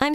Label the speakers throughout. Speaker 1: I'm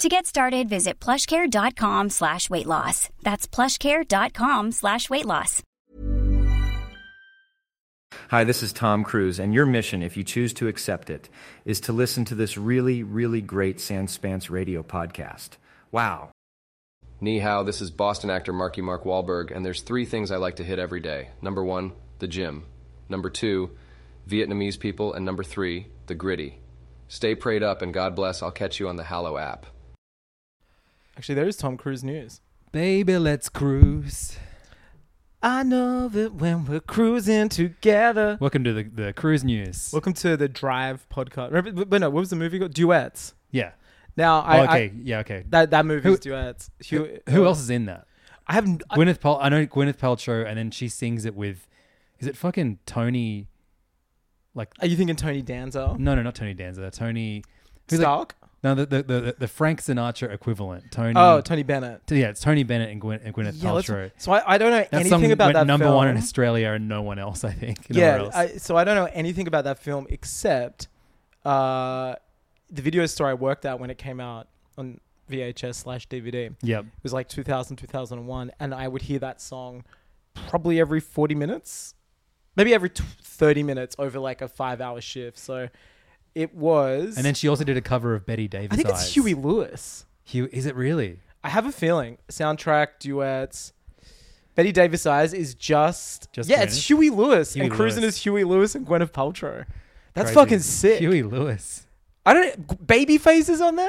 Speaker 2: To get started, visit plushcare.com slash weight loss. That's plushcare.com slash weight loss.
Speaker 3: Hi, this is Tom Cruise, and your mission, if you choose to accept it, is to listen to this really, really great Sanspants radio podcast. Wow.
Speaker 4: Ni hao, this is Boston actor Marky Mark Wahlberg, and there's three things I like to hit every day. Number one, the gym. Number two, Vietnamese people. And number three, the gritty. Stay prayed up, and God bless. I'll catch you on the Hallow app.
Speaker 5: Actually, there's Tom Cruise news.
Speaker 6: Baby, let's cruise.
Speaker 5: I know it when we're cruising together.
Speaker 6: Welcome to the, the cruise news.
Speaker 5: Welcome to the Drive podcast. Remember, but- but no, what was the movie called? Duets.
Speaker 6: Yeah.
Speaker 5: Now, I,
Speaker 6: oh, okay.
Speaker 5: I-
Speaker 6: yeah. Okay.
Speaker 5: that that movie's
Speaker 6: Who-
Speaker 5: Duets.
Speaker 6: who, who else is in that?
Speaker 5: I haven't. I-
Speaker 6: Gwyneth Pal. I know Gwyneth Paltrow, and then she sings it with. Is it fucking Tony? Like
Speaker 5: are you thinking Tony Danza?
Speaker 6: no, no, not Tony Danza. Tony. like-
Speaker 5: Stark?
Speaker 6: no, the the, the the Frank Sinatra equivalent. Tony.
Speaker 5: oh, Tony Bennett.
Speaker 6: t- yeah, it's Tony Bennett and, Gwyn- and Gwyneth
Speaker 5: Yeah, let's-
Speaker 6: Paltrow.
Speaker 5: so I, I don't know
Speaker 6: That song
Speaker 5: anything about
Speaker 6: went
Speaker 5: that
Speaker 6: number
Speaker 5: film.
Speaker 6: one in Australia and no one else. I think. Nowhere
Speaker 5: yeah,
Speaker 6: else.
Speaker 5: I, so I don't know anything about that film except uh, the video store I worked at when it came out on VHS slash DVD.
Speaker 6: Yep.
Speaker 5: It was like 2000, 2001, and I would hear that song probably every 40 minutes, maybe every t- 30 minutes over like a five hour shift. So it was.
Speaker 6: And then she also did a cover of Betty Davis.
Speaker 5: I think it's
Speaker 6: Eyes.
Speaker 5: Huey Lewis.
Speaker 6: Hugh, is it really?
Speaker 5: I have a feeling soundtrack duets. Betty Davis Eyes is just,
Speaker 6: Just
Speaker 5: yeah, it's
Speaker 6: Gwyneth?
Speaker 5: Huey Lewis
Speaker 6: Huey
Speaker 5: and cruising
Speaker 6: Lewis.
Speaker 5: is Huey Lewis and Gwyneth Paltrow. That's
Speaker 6: Crazy.
Speaker 5: fucking sick.
Speaker 6: Huey Lewis.
Speaker 5: I don't baby faces on there.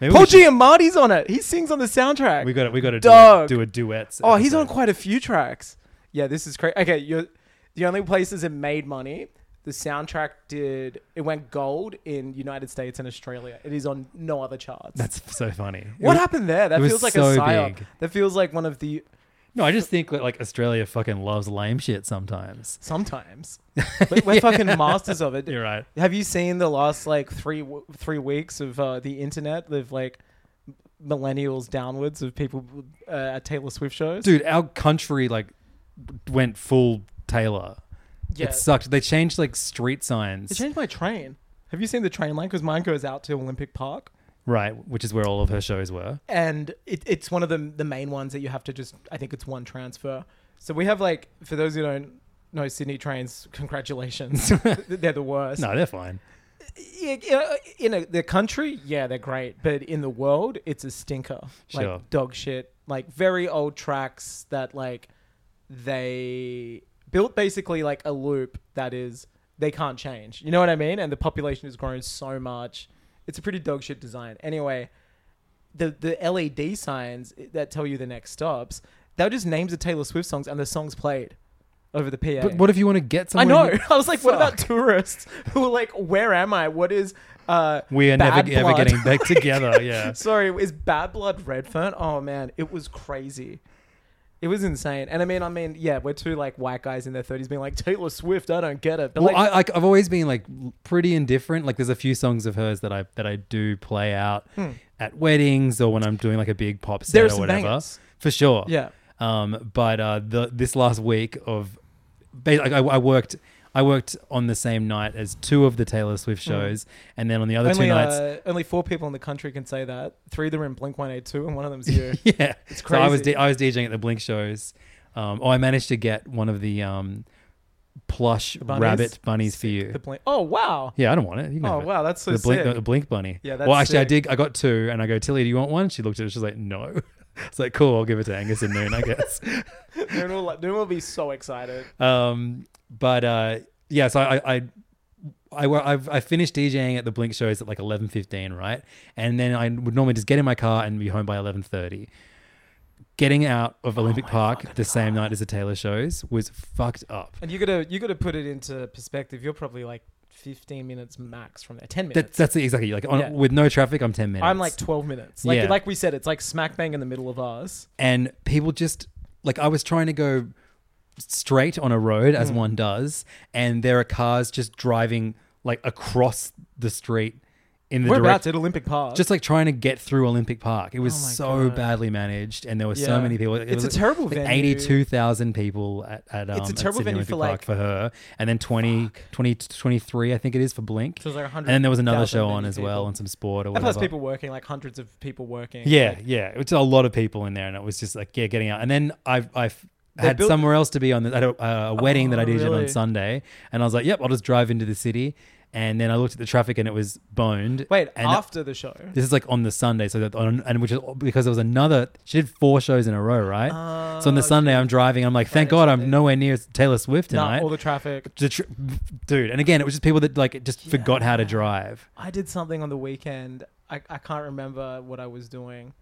Speaker 6: Maybe
Speaker 5: Paul
Speaker 6: we, should-
Speaker 5: Giamatti's on it. He sings on the soundtrack.
Speaker 6: we got it. We got to
Speaker 5: Dog.
Speaker 6: do a, do a duet.
Speaker 5: Oh, he's on
Speaker 6: episode.
Speaker 5: quite a few tracks. Yeah, this is crazy. Okay, you're, the only places it made money, the soundtrack did. It went gold in United States and Australia. It is on no other charts.
Speaker 6: That's so funny.
Speaker 5: what
Speaker 6: It-
Speaker 5: happened there? That
Speaker 6: it was
Speaker 5: feels like a
Speaker 6: so
Speaker 5: psyop.
Speaker 6: big.
Speaker 5: That feels like one of the
Speaker 6: No, I just think that, like Australia fucking loves lame shit sometimes.
Speaker 5: sometimes. We're, we're fucking masters of it.
Speaker 6: You're right.
Speaker 5: Have you seen the last like three w- three weeks of uh, the internet of like millennials downwards of people uh, at Taylor Swift shows?
Speaker 6: Dude, our country like went full Taylor.
Speaker 5: yeah.
Speaker 6: It sucked. They changed like street signs,
Speaker 5: They changed my train. Have you seen the train line? Because mine goes out to Olympic Park,
Speaker 6: right? Which is where all of her shows were.
Speaker 5: and it, it's one of the the main ones that you have to just. I think it's one transfer. So we have like for those who don't know Sydney trains, congratulations, they're the worst.
Speaker 6: No, they're fine.
Speaker 5: Yeah, yeah, uh, in a, the country, yeah, they're great, but in the world, it's a stinker.
Speaker 6: Sure.
Speaker 5: Like dog shit. Like very old tracks that like they built basically like a loop that is they can't change. You know what I mean? And the population has grown so much. It's a pretty dog shit design. Anyway, the the LED signs that tell you the next stops, they're just names of Taylor Swift songs and the songs played over the PA.
Speaker 6: But what if you want to get
Speaker 5: I
Speaker 6: someone?
Speaker 5: know.
Speaker 6: who-
Speaker 5: I was like, what about tourists who are like, where am I? What is uh
Speaker 6: We are
Speaker 5: Bad
Speaker 6: never ever
Speaker 5: Blood?
Speaker 6: getting back together. Yeah.
Speaker 5: Sorry, is Bad Blood Redfern? Oh man, it was crazy. It was insane. And I mean, I mean, yeah, we're two like white guys in their thirties being like, Taylor Swift, I don't get it. But
Speaker 6: Well,
Speaker 5: like
Speaker 6: I, like I've always been like pretty indifferent. Like there's a few songs of hers that I that I do play out at weddings or when I'm doing like a big pop set
Speaker 5: There are Hmm. some
Speaker 6: or whatever.
Speaker 5: bangers.
Speaker 6: For sure.
Speaker 5: Yeah.
Speaker 6: Um, but uh, the this last week of, ba- like I, I worked. I worked on the same night as two of the Taylor Swift shows, and then on the other
Speaker 5: Hmm. only
Speaker 6: two nights,
Speaker 5: uh, only four people in the country can say that. Three of them are in Blink One Eight Two, and one of them's you.
Speaker 6: yeah,
Speaker 5: It's
Speaker 6: So I was
Speaker 5: crazy.
Speaker 6: D- I was DJing at the Blink shows. Um, oh, I managed to get one of the um, plush
Speaker 5: bunnies?
Speaker 6: rabbit bunnies for you.
Speaker 5: The Blink. Oh wow.
Speaker 6: Yeah, I don't want it. You can
Speaker 5: Oh,
Speaker 6: have it.
Speaker 5: wow, that's so
Speaker 6: the blink,
Speaker 5: sick.
Speaker 6: The, blink bunny.
Speaker 5: Yeah,
Speaker 6: Well,
Speaker 5: that's
Speaker 6: actually, I
Speaker 5: sick.
Speaker 6: did. I got two, and I go, Tilly, do you want one? She looked at it. She's like, no. It's like, cool, I'll give it to Angus and Noon, I guess.
Speaker 5: Noon will, Noon will be so excited.
Speaker 6: Um, but uh, yeah, so I, I, I, I've, I finished DJing at the Blink shows at like eleven fifteen, right? And then I would normally just get in my car and be home by eleven thirty. Getting out of
Speaker 5: Oh
Speaker 6: Olympic Park the same night as the Taylor shows was fucked up.
Speaker 5: And you gotta you gotta put it into perspective. You're probably like 15 minutes max from there. 10 minutes.
Speaker 6: That's that's the, exactly like on,
Speaker 5: Yeah.
Speaker 6: with no traffic, I'm ten minutes.
Speaker 5: I'm like 12 minutes. Like
Speaker 6: Yeah.
Speaker 5: like we said, it's like smack bang in the middle of ours.
Speaker 6: and people just like I was trying to go straight on a road
Speaker 5: Mm.
Speaker 6: as one does, and there are cars just driving like across the street in the
Speaker 5: We're about
Speaker 6: direct,
Speaker 5: to at Olympic Park.
Speaker 6: just like trying to get through Olympic Park. It was
Speaker 5: my
Speaker 6: so
Speaker 5: God.
Speaker 6: badly managed, and there were
Speaker 5: Yeah.
Speaker 6: so many people. It
Speaker 5: It's a
Speaker 6: was,
Speaker 5: terrible
Speaker 6: like,
Speaker 5: venue.
Speaker 6: Eighty-two thousand people at, at um,
Speaker 5: It's a
Speaker 6: at
Speaker 5: terrible
Speaker 6: Sydney
Speaker 5: venue
Speaker 6: Olympic
Speaker 5: for,
Speaker 6: Park
Speaker 5: like-
Speaker 6: for her, and then 20, 20 23, I think it is for Blink.
Speaker 5: So it's like
Speaker 6: and then there was another
Speaker 5: 100,000
Speaker 6: show on
Speaker 5: venue
Speaker 6: as well,
Speaker 5: people.
Speaker 6: and some sport or
Speaker 5: and
Speaker 6: whatever.
Speaker 5: plus people working, like hundreds of people working.
Speaker 6: Yeah,
Speaker 5: Like,
Speaker 6: yeah. It was a lot of people in there, and it was just like yeah, getting out. And then I I had
Speaker 5: built-
Speaker 6: somewhere else to be on the, at a, uh, a wedding that I
Speaker 5: Oh,
Speaker 6: did
Speaker 5: really?
Speaker 6: on Sunday, and I was like, yep, I'll just drive into the city. And then I looked at the traffic, and it was boned.
Speaker 5: wait,
Speaker 6: and
Speaker 5: after the show.
Speaker 6: this is like on the Sunday, so that on, and which is because there was another. She did four shows in a row, right? so
Speaker 5: Oh,
Speaker 6: on the Sunday, I'm driving. I'm like, thank God, I'm nowhere near Taylor Swift
Speaker 5: Nah,
Speaker 6: tonight.
Speaker 5: all the traffic.
Speaker 6: The tr- dude, and again, it was just people that like just forgot how to drive.
Speaker 5: I did something on the weekend. I, I can't remember what I was doing.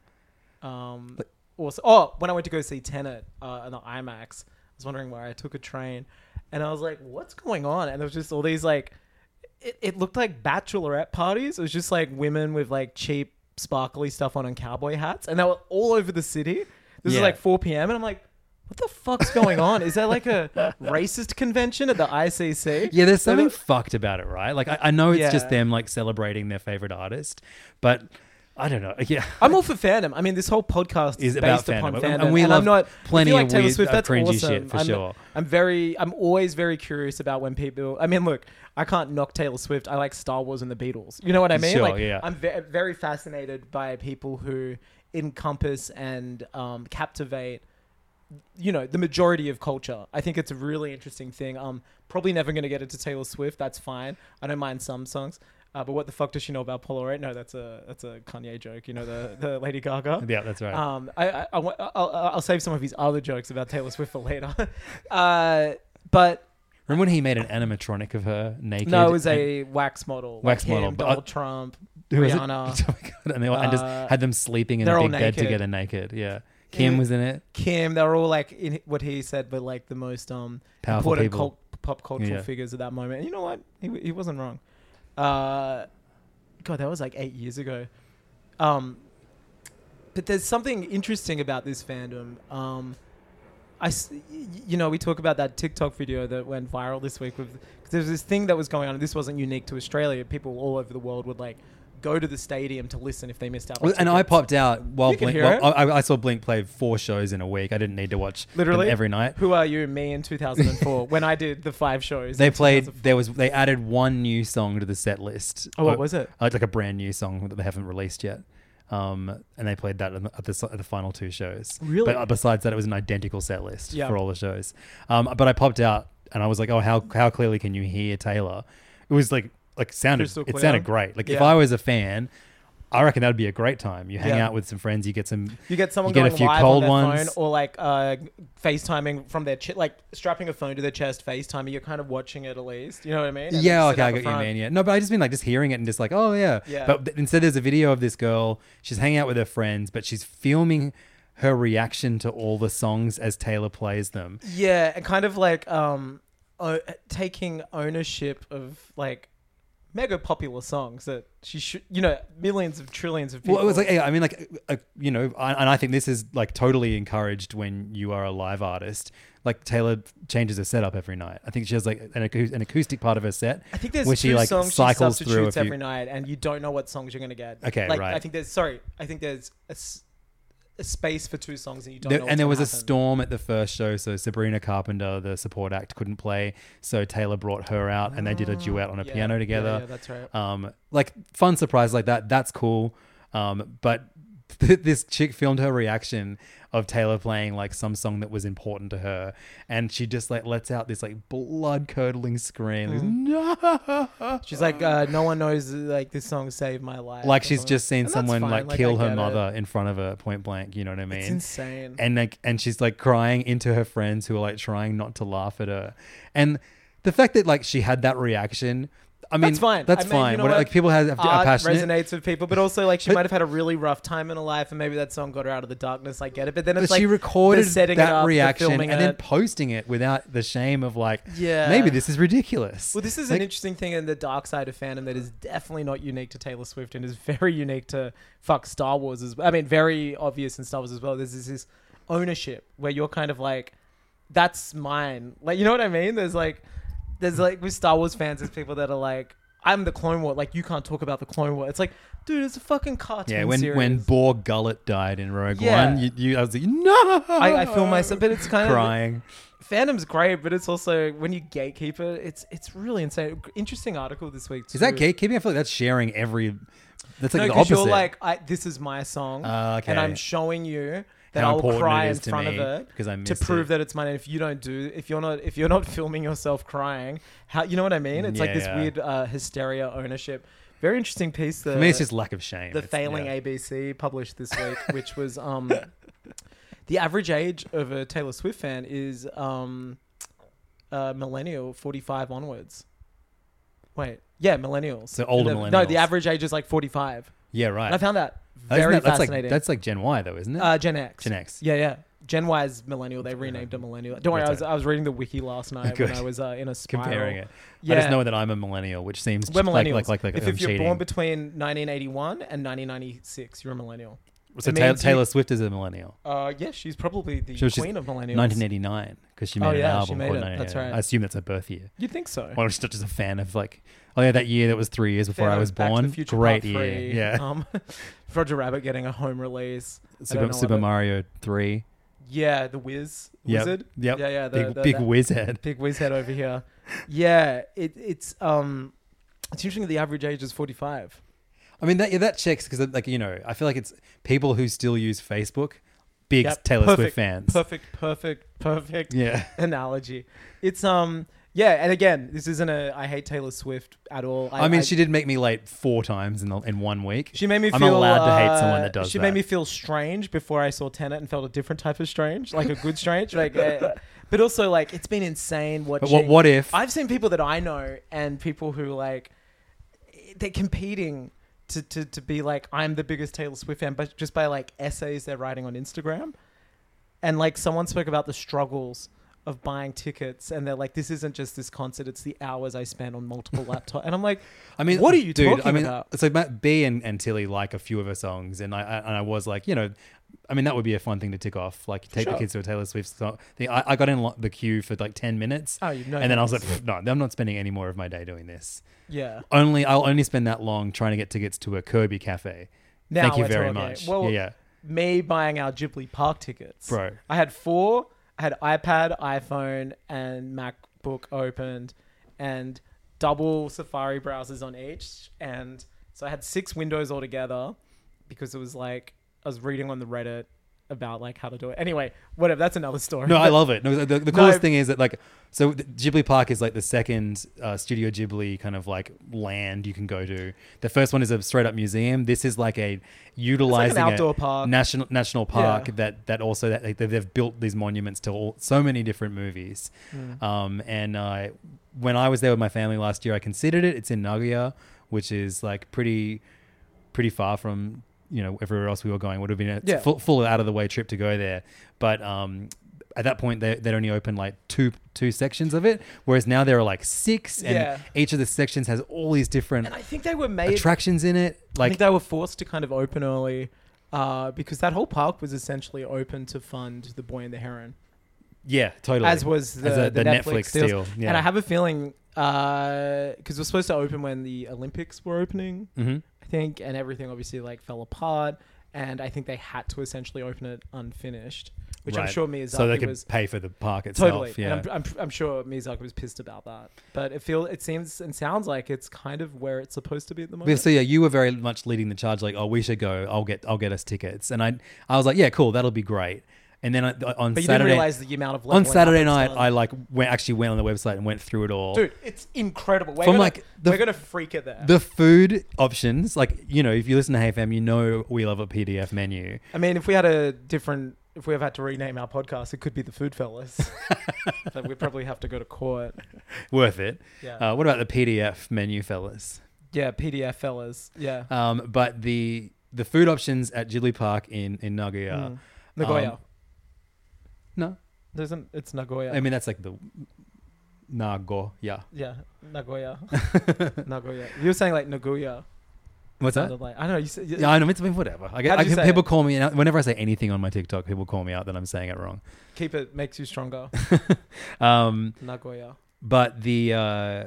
Speaker 5: Um, also, oh, when I went to go see Tenet uh, in the IMAX, I was wondering why I took a train, and I was like, "What's going on?" And there was just all these like, it, it looked like bachelorette parties. It was just like women with like cheap sparkly stuff on and cowboy hats, and they were all over the city. This is
Speaker 6: Yeah.
Speaker 5: like 4 p.m. and I'm like. What the fuck's going on? Is that like a racist convention at the ICC?
Speaker 6: Yeah, there's
Speaker 5: They
Speaker 6: something
Speaker 5: were-
Speaker 6: fucked about it, right? Like I, I know it's just
Speaker 5: Yeah.
Speaker 6: them like celebrating their favorite artist, but I don't know. Yeah.
Speaker 5: I'm all for fandom. I mean, this whole podcast is,
Speaker 6: Is about
Speaker 5: based upon
Speaker 6: fandom.
Speaker 5: fandom,
Speaker 6: And- and we love
Speaker 5: I'm not I
Speaker 6: plenty
Speaker 5: feel like
Speaker 6: of
Speaker 5: Taylor
Speaker 6: weird,
Speaker 5: Swift.
Speaker 6: uh,
Speaker 5: That's
Speaker 6: cringy
Speaker 5: awesome.
Speaker 6: shit, for
Speaker 5: I'm,
Speaker 6: sure.
Speaker 5: I'm very, I'm always very curious about when people. I mean, look, I can't knock Taylor Swift. I like Star Wars and the Beatles. You know what I mean?
Speaker 6: Sure,
Speaker 5: like,
Speaker 6: yeah.
Speaker 5: I'm ve- very fascinated by people who encompass and um, captivate you know the majority of culture. I think it's a really interesting thing. Um, probably never going to get it to Taylor Swift. That's fine. I don't mind some songs. Uh, but what the fuck does she know about Polaroid? No, that's a that's a Kanye joke. You know the the Lady Gaga.
Speaker 6: Yeah, that's right.
Speaker 5: Um, I, I, I want- I'll, I'll I'll save some of his other jokes about Taylor Swift for later. uh, but
Speaker 6: Remember when he made an animatronic of her naked?
Speaker 5: no, it was
Speaker 6: and-
Speaker 5: a wax model.
Speaker 6: Wax
Speaker 5: like him,
Speaker 6: model, but I-
Speaker 5: Donald Trump,
Speaker 6: who was it?
Speaker 5: Rihanna,
Speaker 6: Oh my God, and, they, all- and just
Speaker 5: Uh,
Speaker 6: had them sleeping in
Speaker 5: they're
Speaker 6: a
Speaker 5: all
Speaker 6: big bed
Speaker 5: naked.
Speaker 6: together naked. Yeah. Kim
Speaker 5: Yeah.
Speaker 6: was in it.
Speaker 5: Kim. They were all like in what he said, but like the most um
Speaker 6: Powerful
Speaker 5: important
Speaker 6: people.
Speaker 5: cult, pop cultural
Speaker 6: Yeah.
Speaker 5: figures at that moment. And you know what? He, he wasn't wrong. Uh, God, that was like eight years ago. Um, but there's something interesting about this fandom. Um, I, s- y- y- you know, we talk about that TikTok video that went viral this week with because there was this thing that was going on. And this wasn't unique to Australia. People all over the world would like go to the stadium to listen if they missed out. on
Speaker 6: Well, And I
Speaker 5: tickets.
Speaker 6: popped out while
Speaker 5: You can
Speaker 6: Blink.
Speaker 5: hear
Speaker 6: Well,
Speaker 5: it.
Speaker 6: I, I saw Blink play four shows in a week. I didn't need to watch them
Speaker 5: literally
Speaker 6: every night.
Speaker 5: Who are you? Me in 2004 when I did the five shows.
Speaker 6: They
Speaker 5: in
Speaker 6: played.
Speaker 5: 2004.
Speaker 6: There was. They added one new song to the set list.
Speaker 5: Oh, what
Speaker 6: Uh,
Speaker 5: was it?
Speaker 6: uh, It's like a brand new song that they haven't released yet. Um, and they played that in the- at the, s- at the final two shows.
Speaker 5: Really?
Speaker 6: But uh, besides that, it was an identical set list
Speaker 5: Yeah.
Speaker 6: for all the shows. Um, but I popped out and I was like, oh, how how clearly can you hear Taylor? It was like like sounded.
Speaker 5: Crystal
Speaker 6: It
Speaker 5: clear.
Speaker 6: sounded great. Like if
Speaker 5: Yeah.
Speaker 6: I was a fan. I reckon that'd be a great time. You hang
Speaker 5: Yeah.
Speaker 6: out with some friends, you get some,
Speaker 5: You get someone
Speaker 6: you get
Speaker 5: going
Speaker 6: a few
Speaker 5: live
Speaker 6: cold
Speaker 5: on their
Speaker 6: ones.
Speaker 5: phone or like uh, FaceTiming from their chest, like strapping a phone to their chest, FaceTiming. You're kind of watching it at least. You know what I mean? And
Speaker 6: Yeah,
Speaker 5: then
Speaker 6: okay,
Speaker 5: sit
Speaker 6: I
Speaker 5: out
Speaker 6: got
Speaker 5: the
Speaker 6: you,
Speaker 5: front.
Speaker 6: man. Yeah, no, but I just mean like just hearing it and just like, oh yeah.
Speaker 5: Yeah.
Speaker 6: But th- instead, there's a video of this girl. She's hanging out with her friends, but she's filming her reaction to all the songs as Taylor plays them.
Speaker 5: Yeah, and kind of like um, o- taking ownership of like mega popular songs that she should, you know, millions of trillions of people.
Speaker 6: Well, it was like, yeah, I mean, like, uh, uh, you know, I, and I think this is like totally encouraged when you are a live artist. Like Taylor changes her setup every night. I think she has like an, acou- an acoustic part of her set.
Speaker 5: I think there's
Speaker 6: where
Speaker 5: two
Speaker 6: she like
Speaker 5: songs
Speaker 6: cycles
Speaker 5: she
Speaker 6: through a
Speaker 5: substitutes
Speaker 6: few-
Speaker 5: every night, and you don't know what songs you're gonna get.
Speaker 6: Okay,
Speaker 5: like,
Speaker 6: right.
Speaker 5: I think there's sorry, I think there's a, s- a space for two songs, and you don't.
Speaker 6: There-
Speaker 5: know what's
Speaker 6: and there was
Speaker 5: gonna
Speaker 6: a
Speaker 5: happen.
Speaker 6: storm at the first show, so Sabrina Carpenter, the support act, couldn't play, so Taylor brought her out, and they did a duet on a
Speaker 5: Ah, yeah,
Speaker 6: piano
Speaker 5: yeah,
Speaker 6: together.
Speaker 5: yeah, that's right.
Speaker 6: Um, like fun surprise like that. That's cool. Um, but this chick filmed her reaction of Taylor playing like some song that was important to her, and she just like lets out this like blood curdling scream. Like, no,
Speaker 5: She's like, uh, no one knows. Like this song saved my life.
Speaker 6: like
Speaker 5: or
Speaker 6: she's
Speaker 5: something.
Speaker 6: just seen
Speaker 5: Uh-huh. And that's
Speaker 6: someone
Speaker 5: fine,
Speaker 6: like,
Speaker 5: like,
Speaker 6: kill
Speaker 5: I
Speaker 6: her
Speaker 5: get it.
Speaker 6: mother in front of her point blank. You know what I mean?
Speaker 5: It's insane.
Speaker 6: and like and she's like crying into her friends who are like trying not to laugh at her and the fact that like she had that reaction i mean
Speaker 5: that's fine.
Speaker 6: that's
Speaker 5: I mean,
Speaker 6: fine
Speaker 5: You know
Speaker 6: When,
Speaker 5: what?
Speaker 6: like people have, have are
Speaker 5: Art
Speaker 6: passionate
Speaker 5: resonates with people, but also like she
Speaker 6: But-
Speaker 5: might have had a really rough time in her life, and maybe that song got her out of the darkness. I get it, but then it's
Speaker 6: but
Speaker 5: like
Speaker 6: she recorded
Speaker 5: the setting
Speaker 6: that
Speaker 5: it up, the
Speaker 6: reaction and
Speaker 5: filming
Speaker 6: then
Speaker 5: it.
Speaker 6: posting it without the shame of like
Speaker 5: Yeah.
Speaker 6: maybe this is ridiculous
Speaker 5: Well, this is an
Speaker 6: Like,
Speaker 5: interesting thing in the dark side of fandom that is definitely not unique to Taylor Swift and is very unique to fuck Star Wars as I mean, very obvious in Star Wars as well. There's this, this ownership where you're kind of like, that's mine. Like, you know what I mean? There's like, there's like with Star Wars fans, there's people that are like, I'm the Clone War. Like, you can't talk about the Clone War. It's like, dude, it's a fucking cartoon
Speaker 6: yeah when
Speaker 5: series.
Speaker 6: when boar gullet died in rogue
Speaker 5: Yeah.
Speaker 6: one you, you i was like no
Speaker 5: I, I feel myself, but it's kind of
Speaker 6: crying
Speaker 5: Phantom's great, but it's also when you gatekeep it, it's it's really insane. Interesting article this week. Too.
Speaker 6: is that gatekeeping i feel like that's sharing every that's like
Speaker 5: No,
Speaker 6: the
Speaker 5: because
Speaker 6: opposite
Speaker 5: you're like, I, this is my song,
Speaker 6: Ah, okay.
Speaker 5: and I'm showing you that
Speaker 6: How
Speaker 5: I will
Speaker 6: important
Speaker 5: cry
Speaker 6: it
Speaker 5: in
Speaker 6: is to
Speaker 5: front
Speaker 6: me,
Speaker 5: of it
Speaker 6: 'cause
Speaker 5: to
Speaker 6: I missed
Speaker 5: prove
Speaker 6: it.
Speaker 5: that it's mine. And if you don't do, if you're not, if you're not filming yourself crying, how you know what I mean? It's like
Speaker 6: Yeah,
Speaker 5: this
Speaker 6: yeah.
Speaker 5: weird uh, hysteria ownership. Very interesting piece. The,
Speaker 6: for me it's just lack of shame
Speaker 5: the
Speaker 6: It's-
Speaker 5: failing
Speaker 6: yeah.
Speaker 5: ABC published this week, which was um, the average age of a Taylor Swift fan is um, uh, millennial, forty-five onwards. Wait, yeah, millennials.
Speaker 6: So older
Speaker 5: And the- No, the
Speaker 6: millennials.
Speaker 5: average age is like forty-five,
Speaker 6: yeah right Oh,
Speaker 5: and I found that
Speaker 6: Isn't
Speaker 5: very
Speaker 6: that- that's
Speaker 5: fascinating.
Speaker 6: Like, that's like Gen Y though, isn't it?
Speaker 5: uh, Gen X.
Speaker 6: Gen X.
Speaker 5: Yeah, yeah. Gen Y is millennial. They renamed a millennial. Don't worry, I
Speaker 6: That's
Speaker 5: was, I was reading the wiki last night
Speaker 6: Good.
Speaker 5: when I was uh, in a spiral.
Speaker 6: Comparing it. I
Speaker 5: Yeah.
Speaker 6: just know that I'm a millennial, which seems
Speaker 5: We're
Speaker 6: just like
Speaker 5: millennials.
Speaker 6: like like like
Speaker 5: if
Speaker 6: I'm
Speaker 5: if you're
Speaker 6: cheating.
Speaker 5: born between 1981 and 1996, you're a millennial.
Speaker 6: so
Speaker 5: it
Speaker 6: Taylor,
Speaker 5: means you-
Speaker 6: Taylor Swift is a millennial.
Speaker 5: Uh, yeah, she's probably the
Speaker 6: She was- she's
Speaker 5: queen of millennials.
Speaker 6: 1989 because she made
Speaker 5: Oh,
Speaker 6: an
Speaker 5: yeah, she
Speaker 6: album
Speaker 5: made
Speaker 6: called
Speaker 5: it. That's
Speaker 6: 1989.
Speaker 5: right.
Speaker 6: I assume that's her birth year.
Speaker 5: You'd think so.
Speaker 6: Well, she's not just a fan of like, oh yeah, that year that was three years before
Speaker 5: Fair
Speaker 6: I
Speaker 5: enough.
Speaker 6: was
Speaker 5: Back to
Speaker 6: born.
Speaker 5: the Future
Speaker 6: Great
Speaker 5: Part
Speaker 6: year,
Speaker 5: Three,
Speaker 6: yeah.
Speaker 5: Um, Roger Rabbit getting a home release. I don't
Speaker 6: Super,
Speaker 5: know
Speaker 6: Super
Speaker 5: other-
Speaker 6: Mario three.
Speaker 5: Yeah, the Wiz
Speaker 6: Yep.
Speaker 5: Wizard.
Speaker 6: Yep.
Speaker 5: Yeah, yeah. The,
Speaker 6: big
Speaker 5: the,
Speaker 6: big
Speaker 5: the-
Speaker 6: whiz head.
Speaker 5: big whiz head over here. Yeah, it, it's um, it's interesting. that The average age is forty five.
Speaker 6: I mean that yeah, that checks because like you know I feel like it's people who still use Facebook, big Taylor Swift fans.
Speaker 5: Perfect, perfect, perfect.
Speaker 6: Yeah.
Speaker 5: analogy. It's um, yeah, and again, this isn't a I hate Taylor Swift at all.
Speaker 6: I, mean, she did make me late four times in the, in one week.
Speaker 5: She made me
Speaker 6: I'm
Speaker 5: feel.
Speaker 6: allowed to hate someone
Speaker 5: uh,
Speaker 6: that does
Speaker 5: She
Speaker 6: that.
Speaker 5: made me feel strange before I saw Tenet and felt a different type of strange, like a good strange, like. Uh, but also, like, it's been insane watching.
Speaker 6: But what, what if?
Speaker 5: I've seen people that I know and people who like they're competing to, to, to be like I'm the biggest Taylor Swift fan, but just by like essays they're writing on Instagram, and like someone spoke about the struggles of buying tickets, and they're like, this isn't just this concert; it's the hours I spent on multiple laptops. And I'm like,
Speaker 6: I mean,
Speaker 5: what are you
Speaker 6: dude,
Speaker 5: talking
Speaker 6: I mean,
Speaker 5: about?
Speaker 6: So Matt B and, and Tilly like a few of her songs, and I, I and I was like, you know, I mean, that would be a fun thing to tick off. Like, take the kids to a Taylor Swift song. thing. I, I got in lo- the queue for like ten minutes.
Speaker 5: Oh, you've no
Speaker 6: and then I was like,
Speaker 5: manners.
Speaker 6: "Pff, no, I'm not spending any more of my day doing this.
Speaker 5: Yeah.
Speaker 6: Only I'll only spend that long trying to get tickets to a Kirby cafe.
Speaker 5: Now
Speaker 6: Thank you
Speaker 5: we're
Speaker 6: very
Speaker 5: talking.
Speaker 6: much.
Speaker 5: Well,
Speaker 6: yeah, yeah.
Speaker 5: me buying our Ghibli Park tickets.
Speaker 6: Bro.
Speaker 5: I had four. I had iPad, iPhone, and MacBook opened, and double Safari browsers on each. And so I had six windows altogether because it was like I was reading on the Reddit about like how to do it. Anyway, whatever. That's another story.
Speaker 6: No, I
Speaker 5: But-
Speaker 6: love it. No, the,
Speaker 5: No.
Speaker 6: the coolest thing is that like, so the Ghibli Park is like the second uh, Studio Ghibli kind of like land you can go to. The first one is a straight up museum. This is like a utilizing
Speaker 5: outdoor
Speaker 6: a
Speaker 5: park.
Speaker 6: national national park
Speaker 5: Yeah.
Speaker 6: that that also that like, they've- they've built these monuments to all, so many different movies.
Speaker 5: Hmm.
Speaker 6: Um, and uh, when I was there with my family last year, I considered it. It's in Nagoya, which is like pretty pretty far from you know everywhere else we were going. Would have been a
Speaker 5: Yeah.
Speaker 6: full, full out of the way trip to go there. But um, at that point, they, they'd only opened like two two sections of it, whereas now there are like six, and
Speaker 5: Yeah.
Speaker 6: each of the sections has all these different
Speaker 5: And I think they were made.
Speaker 6: attractions in it.
Speaker 5: I think
Speaker 6: Like
Speaker 5: they were forced to kind of open early. Uh, because that whole park was essentially open to fund the boy and the heron.
Speaker 6: yeah, totally.
Speaker 5: as was the,
Speaker 6: As a-
Speaker 5: the, Netflix, deals.
Speaker 6: Yeah.
Speaker 5: And I have a feeling uh, because we're supposed to open when the Olympics were opening,
Speaker 6: Mhm.
Speaker 5: I think, and everything obviously like fell apart. and I think they had to essentially open it unfinished, which I'm
Speaker 6: Right.
Speaker 5: sure Miyazaki
Speaker 6: so they could
Speaker 5: was
Speaker 6: pay for the park itself.
Speaker 5: totally.
Speaker 6: Yeah,
Speaker 5: And I'm, I'm, I'm sure Miyazaki was pissed about that, but it feel it seems and sounds like it's kind of where it's supposed to be at the
Speaker 6: But
Speaker 5: moment.
Speaker 6: so yeah, you were very much leading the charge, like, oh, we should go. I'll get, I'll get us tickets, and I, I was like, yeah, cool, that'll be great. And then I, on
Speaker 5: But you didn't
Speaker 6: Saturday,
Speaker 5: realize the amount of
Speaker 6: on
Speaker 5: leveling up
Speaker 6: Saturday
Speaker 5: it's
Speaker 6: night,
Speaker 5: done.
Speaker 6: I like went actually went on the website and went through it all.
Speaker 5: Dude, it's incredible. We're
Speaker 6: From,
Speaker 5: gonna,
Speaker 6: like, the-
Speaker 5: we're gonna freak it there.
Speaker 6: The food options, like you know, if you listen to HFM, you know we love a PDF menu.
Speaker 5: I mean, if we had a different, if we have had to rename our podcast, it could be the Food Fellas. but we probably have to go to court.
Speaker 6: Uh, Worth it.
Speaker 5: Yeah.
Speaker 6: Uh, what about the PDF menu, fellas?
Speaker 5: Yeah, PDF Fellas. Yeah,
Speaker 6: Um, but the the food options at Ghibli Park in in Nagoya.
Speaker 5: Hmm. Nagoya.
Speaker 6: um, No,
Speaker 5: There's an, it's Nagoya.
Speaker 6: I mean that's like the Nago. Yeah.
Speaker 5: yeah, Nagoya. Nagoya. You were saying like Nagoya.
Speaker 6: What's that?
Speaker 5: sounded Like, I don't know. You said,
Speaker 6: Yeah, I know. It's been whatever. I, get,
Speaker 5: How'd
Speaker 6: I
Speaker 5: you
Speaker 6: get-
Speaker 5: say
Speaker 6: people
Speaker 5: it?
Speaker 6: call me and I- whenever I say anything on my TikTok, people call me out that I'm saying it wrong.
Speaker 5: Keep it makes you stronger.
Speaker 6: Um,
Speaker 5: Nagoya.
Speaker 6: but the uh,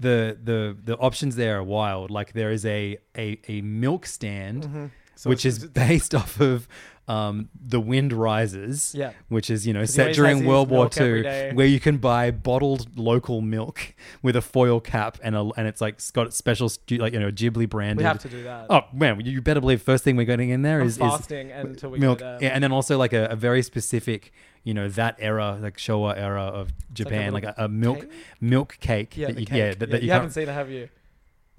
Speaker 6: the the the options there are wild. Like there is a a, a milk stand, which is based off of um, The Wind Rises.
Speaker 5: Yeah.
Speaker 6: Which is you know
Speaker 5: he
Speaker 6: set
Speaker 5: always has
Speaker 6: during
Speaker 5: his
Speaker 6: World War
Speaker 5: milk every
Speaker 6: II,
Speaker 5: day.
Speaker 6: where you can buy bottled local milk with a foil cap and a, and it's like it's got special stu- like you know Ghibli branded.
Speaker 5: We have to do that.
Speaker 6: Oh man, you you better believe first thing we're getting in there
Speaker 5: I'm
Speaker 6: is is
Speaker 5: fasting until we
Speaker 6: milk,
Speaker 5: go there.
Speaker 6: yeah, and then also like a, a very specific, you know, that era, like Showa era of Japan, like
Speaker 5: little
Speaker 6: a, a milk
Speaker 5: cake?
Speaker 6: milk cake.
Speaker 5: Yeah,
Speaker 6: that
Speaker 5: the
Speaker 6: you,
Speaker 5: cake.
Speaker 6: yeah, that, that you,
Speaker 5: you
Speaker 6: can't-
Speaker 5: haven't seen it, have you?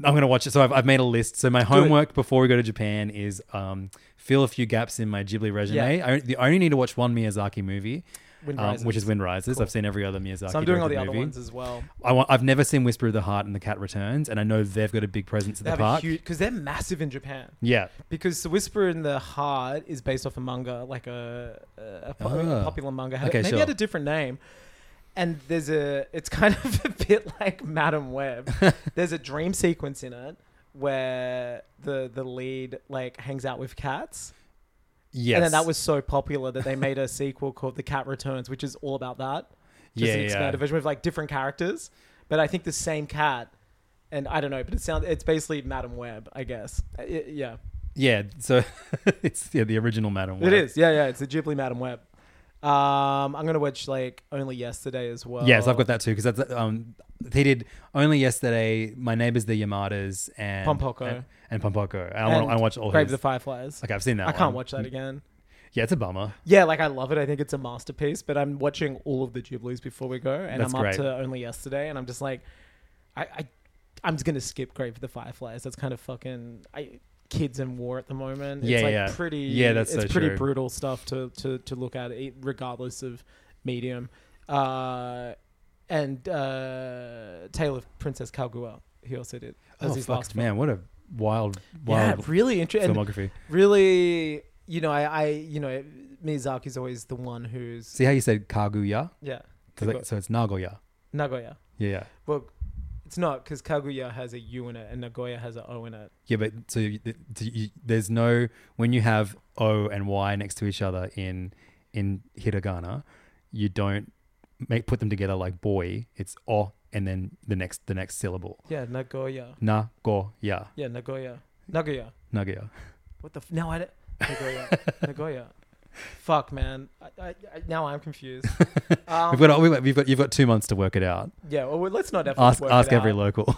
Speaker 6: I'm gonna watch it. So I've, I've made a list. So my homework before we go to Japan is um, fill a few gaps in my Ghibli resume.
Speaker 5: Yeah.
Speaker 6: I, the- I only need to watch one Miyazaki movie,
Speaker 5: Wind
Speaker 6: um, which is
Speaker 5: Rises.
Speaker 6: Wind Rises. I've seen every other Miyazaki.
Speaker 5: So I'm doing all the
Speaker 6: directed
Speaker 5: other
Speaker 6: movie.
Speaker 5: ones as well.
Speaker 6: I want, I've never seen Whisper of the Heart and The Cat Returns, and I know they've got a big presence at
Speaker 5: They
Speaker 6: the
Speaker 5: have a
Speaker 6: park.
Speaker 5: huge because they're massive in Japan.
Speaker 6: yeah,
Speaker 5: Because The Whisper in the Heart is based off a manga, like a, a, a po- a
Speaker 6: Ah.
Speaker 5: popular manga. Had
Speaker 6: Okay,
Speaker 5: it, maybe
Speaker 6: sure.
Speaker 5: had a different name. And there's a, it's kind of a bit like Madam Web. there's a dream sequence in it where the the lead like hangs out with cats.
Speaker 6: yes,
Speaker 5: And then that was so popular that they made a sequel called The Cat Returns, which is all about that. Just
Speaker 6: Yeah,
Speaker 5: an
Speaker 6: yeah.
Speaker 5: expanded version with like different characters, but I think the same cat. And I don't know, but it sounds it's basically Madam Web, I guess. Uh, y- yeah.
Speaker 6: yeah. So it's yeah the original Madam Web.
Speaker 5: It is. Yeah, yeah. It's a Ghibli Madam Web. Um, I'm gonna watch like only yesterday as well.
Speaker 6: Yes, I've got that too because that's um they did only yesterday. My neighbors the Yamadas and
Speaker 5: Pompoko.
Speaker 6: and, and Pompoko. I
Speaker 5: And
Speaker 6: want I watch all
Speaker 5: Grave
Speaker 6: his.
Speaker 5: of the Fireflies.
Speaker 6: Okay, I've seen that.
Speaker 5: I can't
Speaker 6: one. Mm.
Speaker 5: watch that again.
Speaker 6: Yeah, it's a bummer.
Speaker 5: Yeah, like I love it. I think it's a masterpiece. But I'm watching all of the Ghiblis before we go, and
Speaker 6: That's
Speaker 5: I'm up
Speaker 6: great.
Speaker 5: to only yesterday, and I'm just like, I, I I'm just gonna skip Grave of the Fireflies. That's kind of fucking I, kids in war at the moment.
Speaker 6: Yeah,
Speaker 5: it's like
Speaker 6: yeah.
Speaker 5: pretty.
Speaker 6: Yeah, that's
Speaker 5: it's
Speaker 6: so
Speaker 5: pretty
Speaker 6: true.
Speaker 5: brutal stuff to to to look at, e- regardless of medium. Uh, and uh, Tale of Princess Kaguya. He also did. as
Speaker 6: Oh
Speaker 5: his
Speaker 6: fuck,
Speaker 5: last film.
Speaker 6: man, what a wild
Speaker 5: Yeah,
Speaker 6: wild
Speaker 5: really interesting.
Speaker 6: filmography.
Speaker 5: Really, you know, I, I, you know, Miyazaki's always the one who's
Speaker 6: See how you said Kaguya?
Speaker 5: yeah.
Speaker 6: 'Cause like- so it's Nagoya.
Speaker 5: Nagoya.
Speaker 6: Yeah, yeah,
Speaker 5: Well, it's not because Kaguya has a U in it and Nagoya has a O in it.
Speaker 6: yeah. But so you, so you, there's no when you have O and Y next to each other in in hiragana, you don't make put them together like boy. It's o and then the next the next syllable.
Speaker 5: Yeah, Nagoya.
Speaker 6: Na go ya.
Speaker 5: Yeah, Nagoya. Nagoya.
Speaker 6: Nagoya.
Speaker 5: What the? F- now I don't. Nagoya. Nagoya. Fuck, man. I, I, I, now I'm confused. Um,
Speaker 6: We've got, we've, got, we've got you've got two months to work it out.
Speaker 5: yeah, well, let's not effort
Speaker 6: Ask
Speaker 5: work it
Speaker 6: ask every
Speaker 5: out.
Speaker 6: local.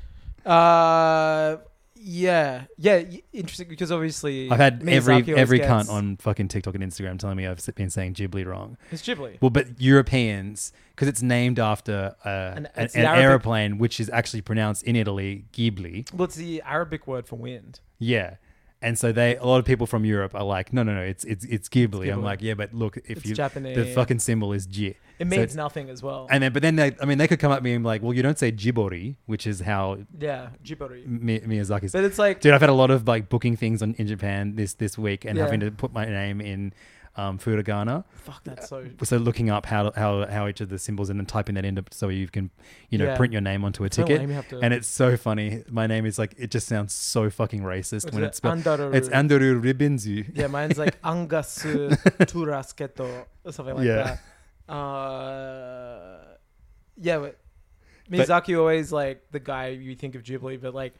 Speaker 5: Uh, yeah, yeah. y- Interesting because obviously
Speaker 6: I've had
Speaker 5: Miyazaki
Speaker 6: every
Speaker 5: always
Speaker 6: every
Speaker 5: gets-
Speaker 6: cunt on fucking TikTok and Instagram telling me I've s- been saying Ghibli wrong.
Speaker 5: It's Ghibli.
Speaker 6: Well, but Europeans because it's named after uh, an, an,
Speaker 5: it's the Arabic-
Speaker 6: airplane, which is actually pronounced in Italy Ghibli.
Speaker 5: Well, it's the Arabic word for wind.
Speaker 6: Yeah. And so they, a lot of people from Europe are like, no, no, no, it's it's it's Ghibli. I'm
Speaker 5: Ghibli.
Speaker 6: like, yeah, but look, if
Speaker 5: It's
Speaker 6: you the
Speaker 5: Japanese.
Speaker 6: fucking symbol is G,
Speaker 5: It means nothing as well.
Speaker 6: And then, but then they, I mean, they could come up to me and be like, well, you don't say Jibori, which is how
Speaker 5: yeah, Jibori.
Speaker 6: Mi- Miyazaki's.
Speaker 5: But it's like
Speaker 6: Dude, I've had a lot of like booking things on in Japan this this week, and
Speaker 5: Yeah.
Speaker 6: having to put my name in um, Furigana.
Speaker 5: fuck. That's so
Speaker 6: So looking up how how how each of the symbols and then typing that into so you can you know
Speaker 5: Yeah.
Speaker 6: print your name onto a
Speaker 5: so
Speaker 6: ticket,
Speaker 5: lame you have to-
Speaker 6: and it's so funny. My name is like it just sounds so fucking racist
Speaker 5: What's
Speaker 6: when
Speaker 5: it?
Speaker 6: it's spelled.
Speaker 5: Andaru.
Speaker 6: It's Andoru Ribinzu.
Speaker 5: Yeah, mine's like Angus Turasketo or something like
Speaker 6: Yeah.
Speaker 5: that. Uh, yeah, but Miyazaki always like the guy you think of Ghibli, but like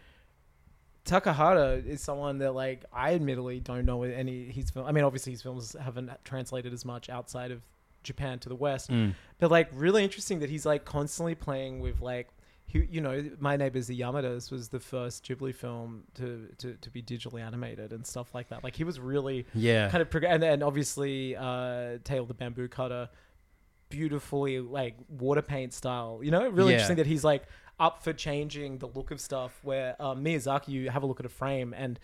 Speaker 5: Takahata is someone that like I admittedly don't know any his film. I mean, obviously his films haven't translated as much outside of Japan to the West, but like really interesting that he's like constantly playing with like. He, you know, My Neighbors the Yamadas was the first Ghibli film to, to, to be digitally animated and stuff like that. Like he was really
Speaker 6: Yeah.
Speaker 5: kind of prog- and then obviously uh, Tale of the Bamboo Cutter, beautifully like water paint style. You know, really
Speaker 6: Yeah.
Speaker 5: interesting that he's like up for changing the look of stuff. Where uh, Miyazaki, you have a look at a frame and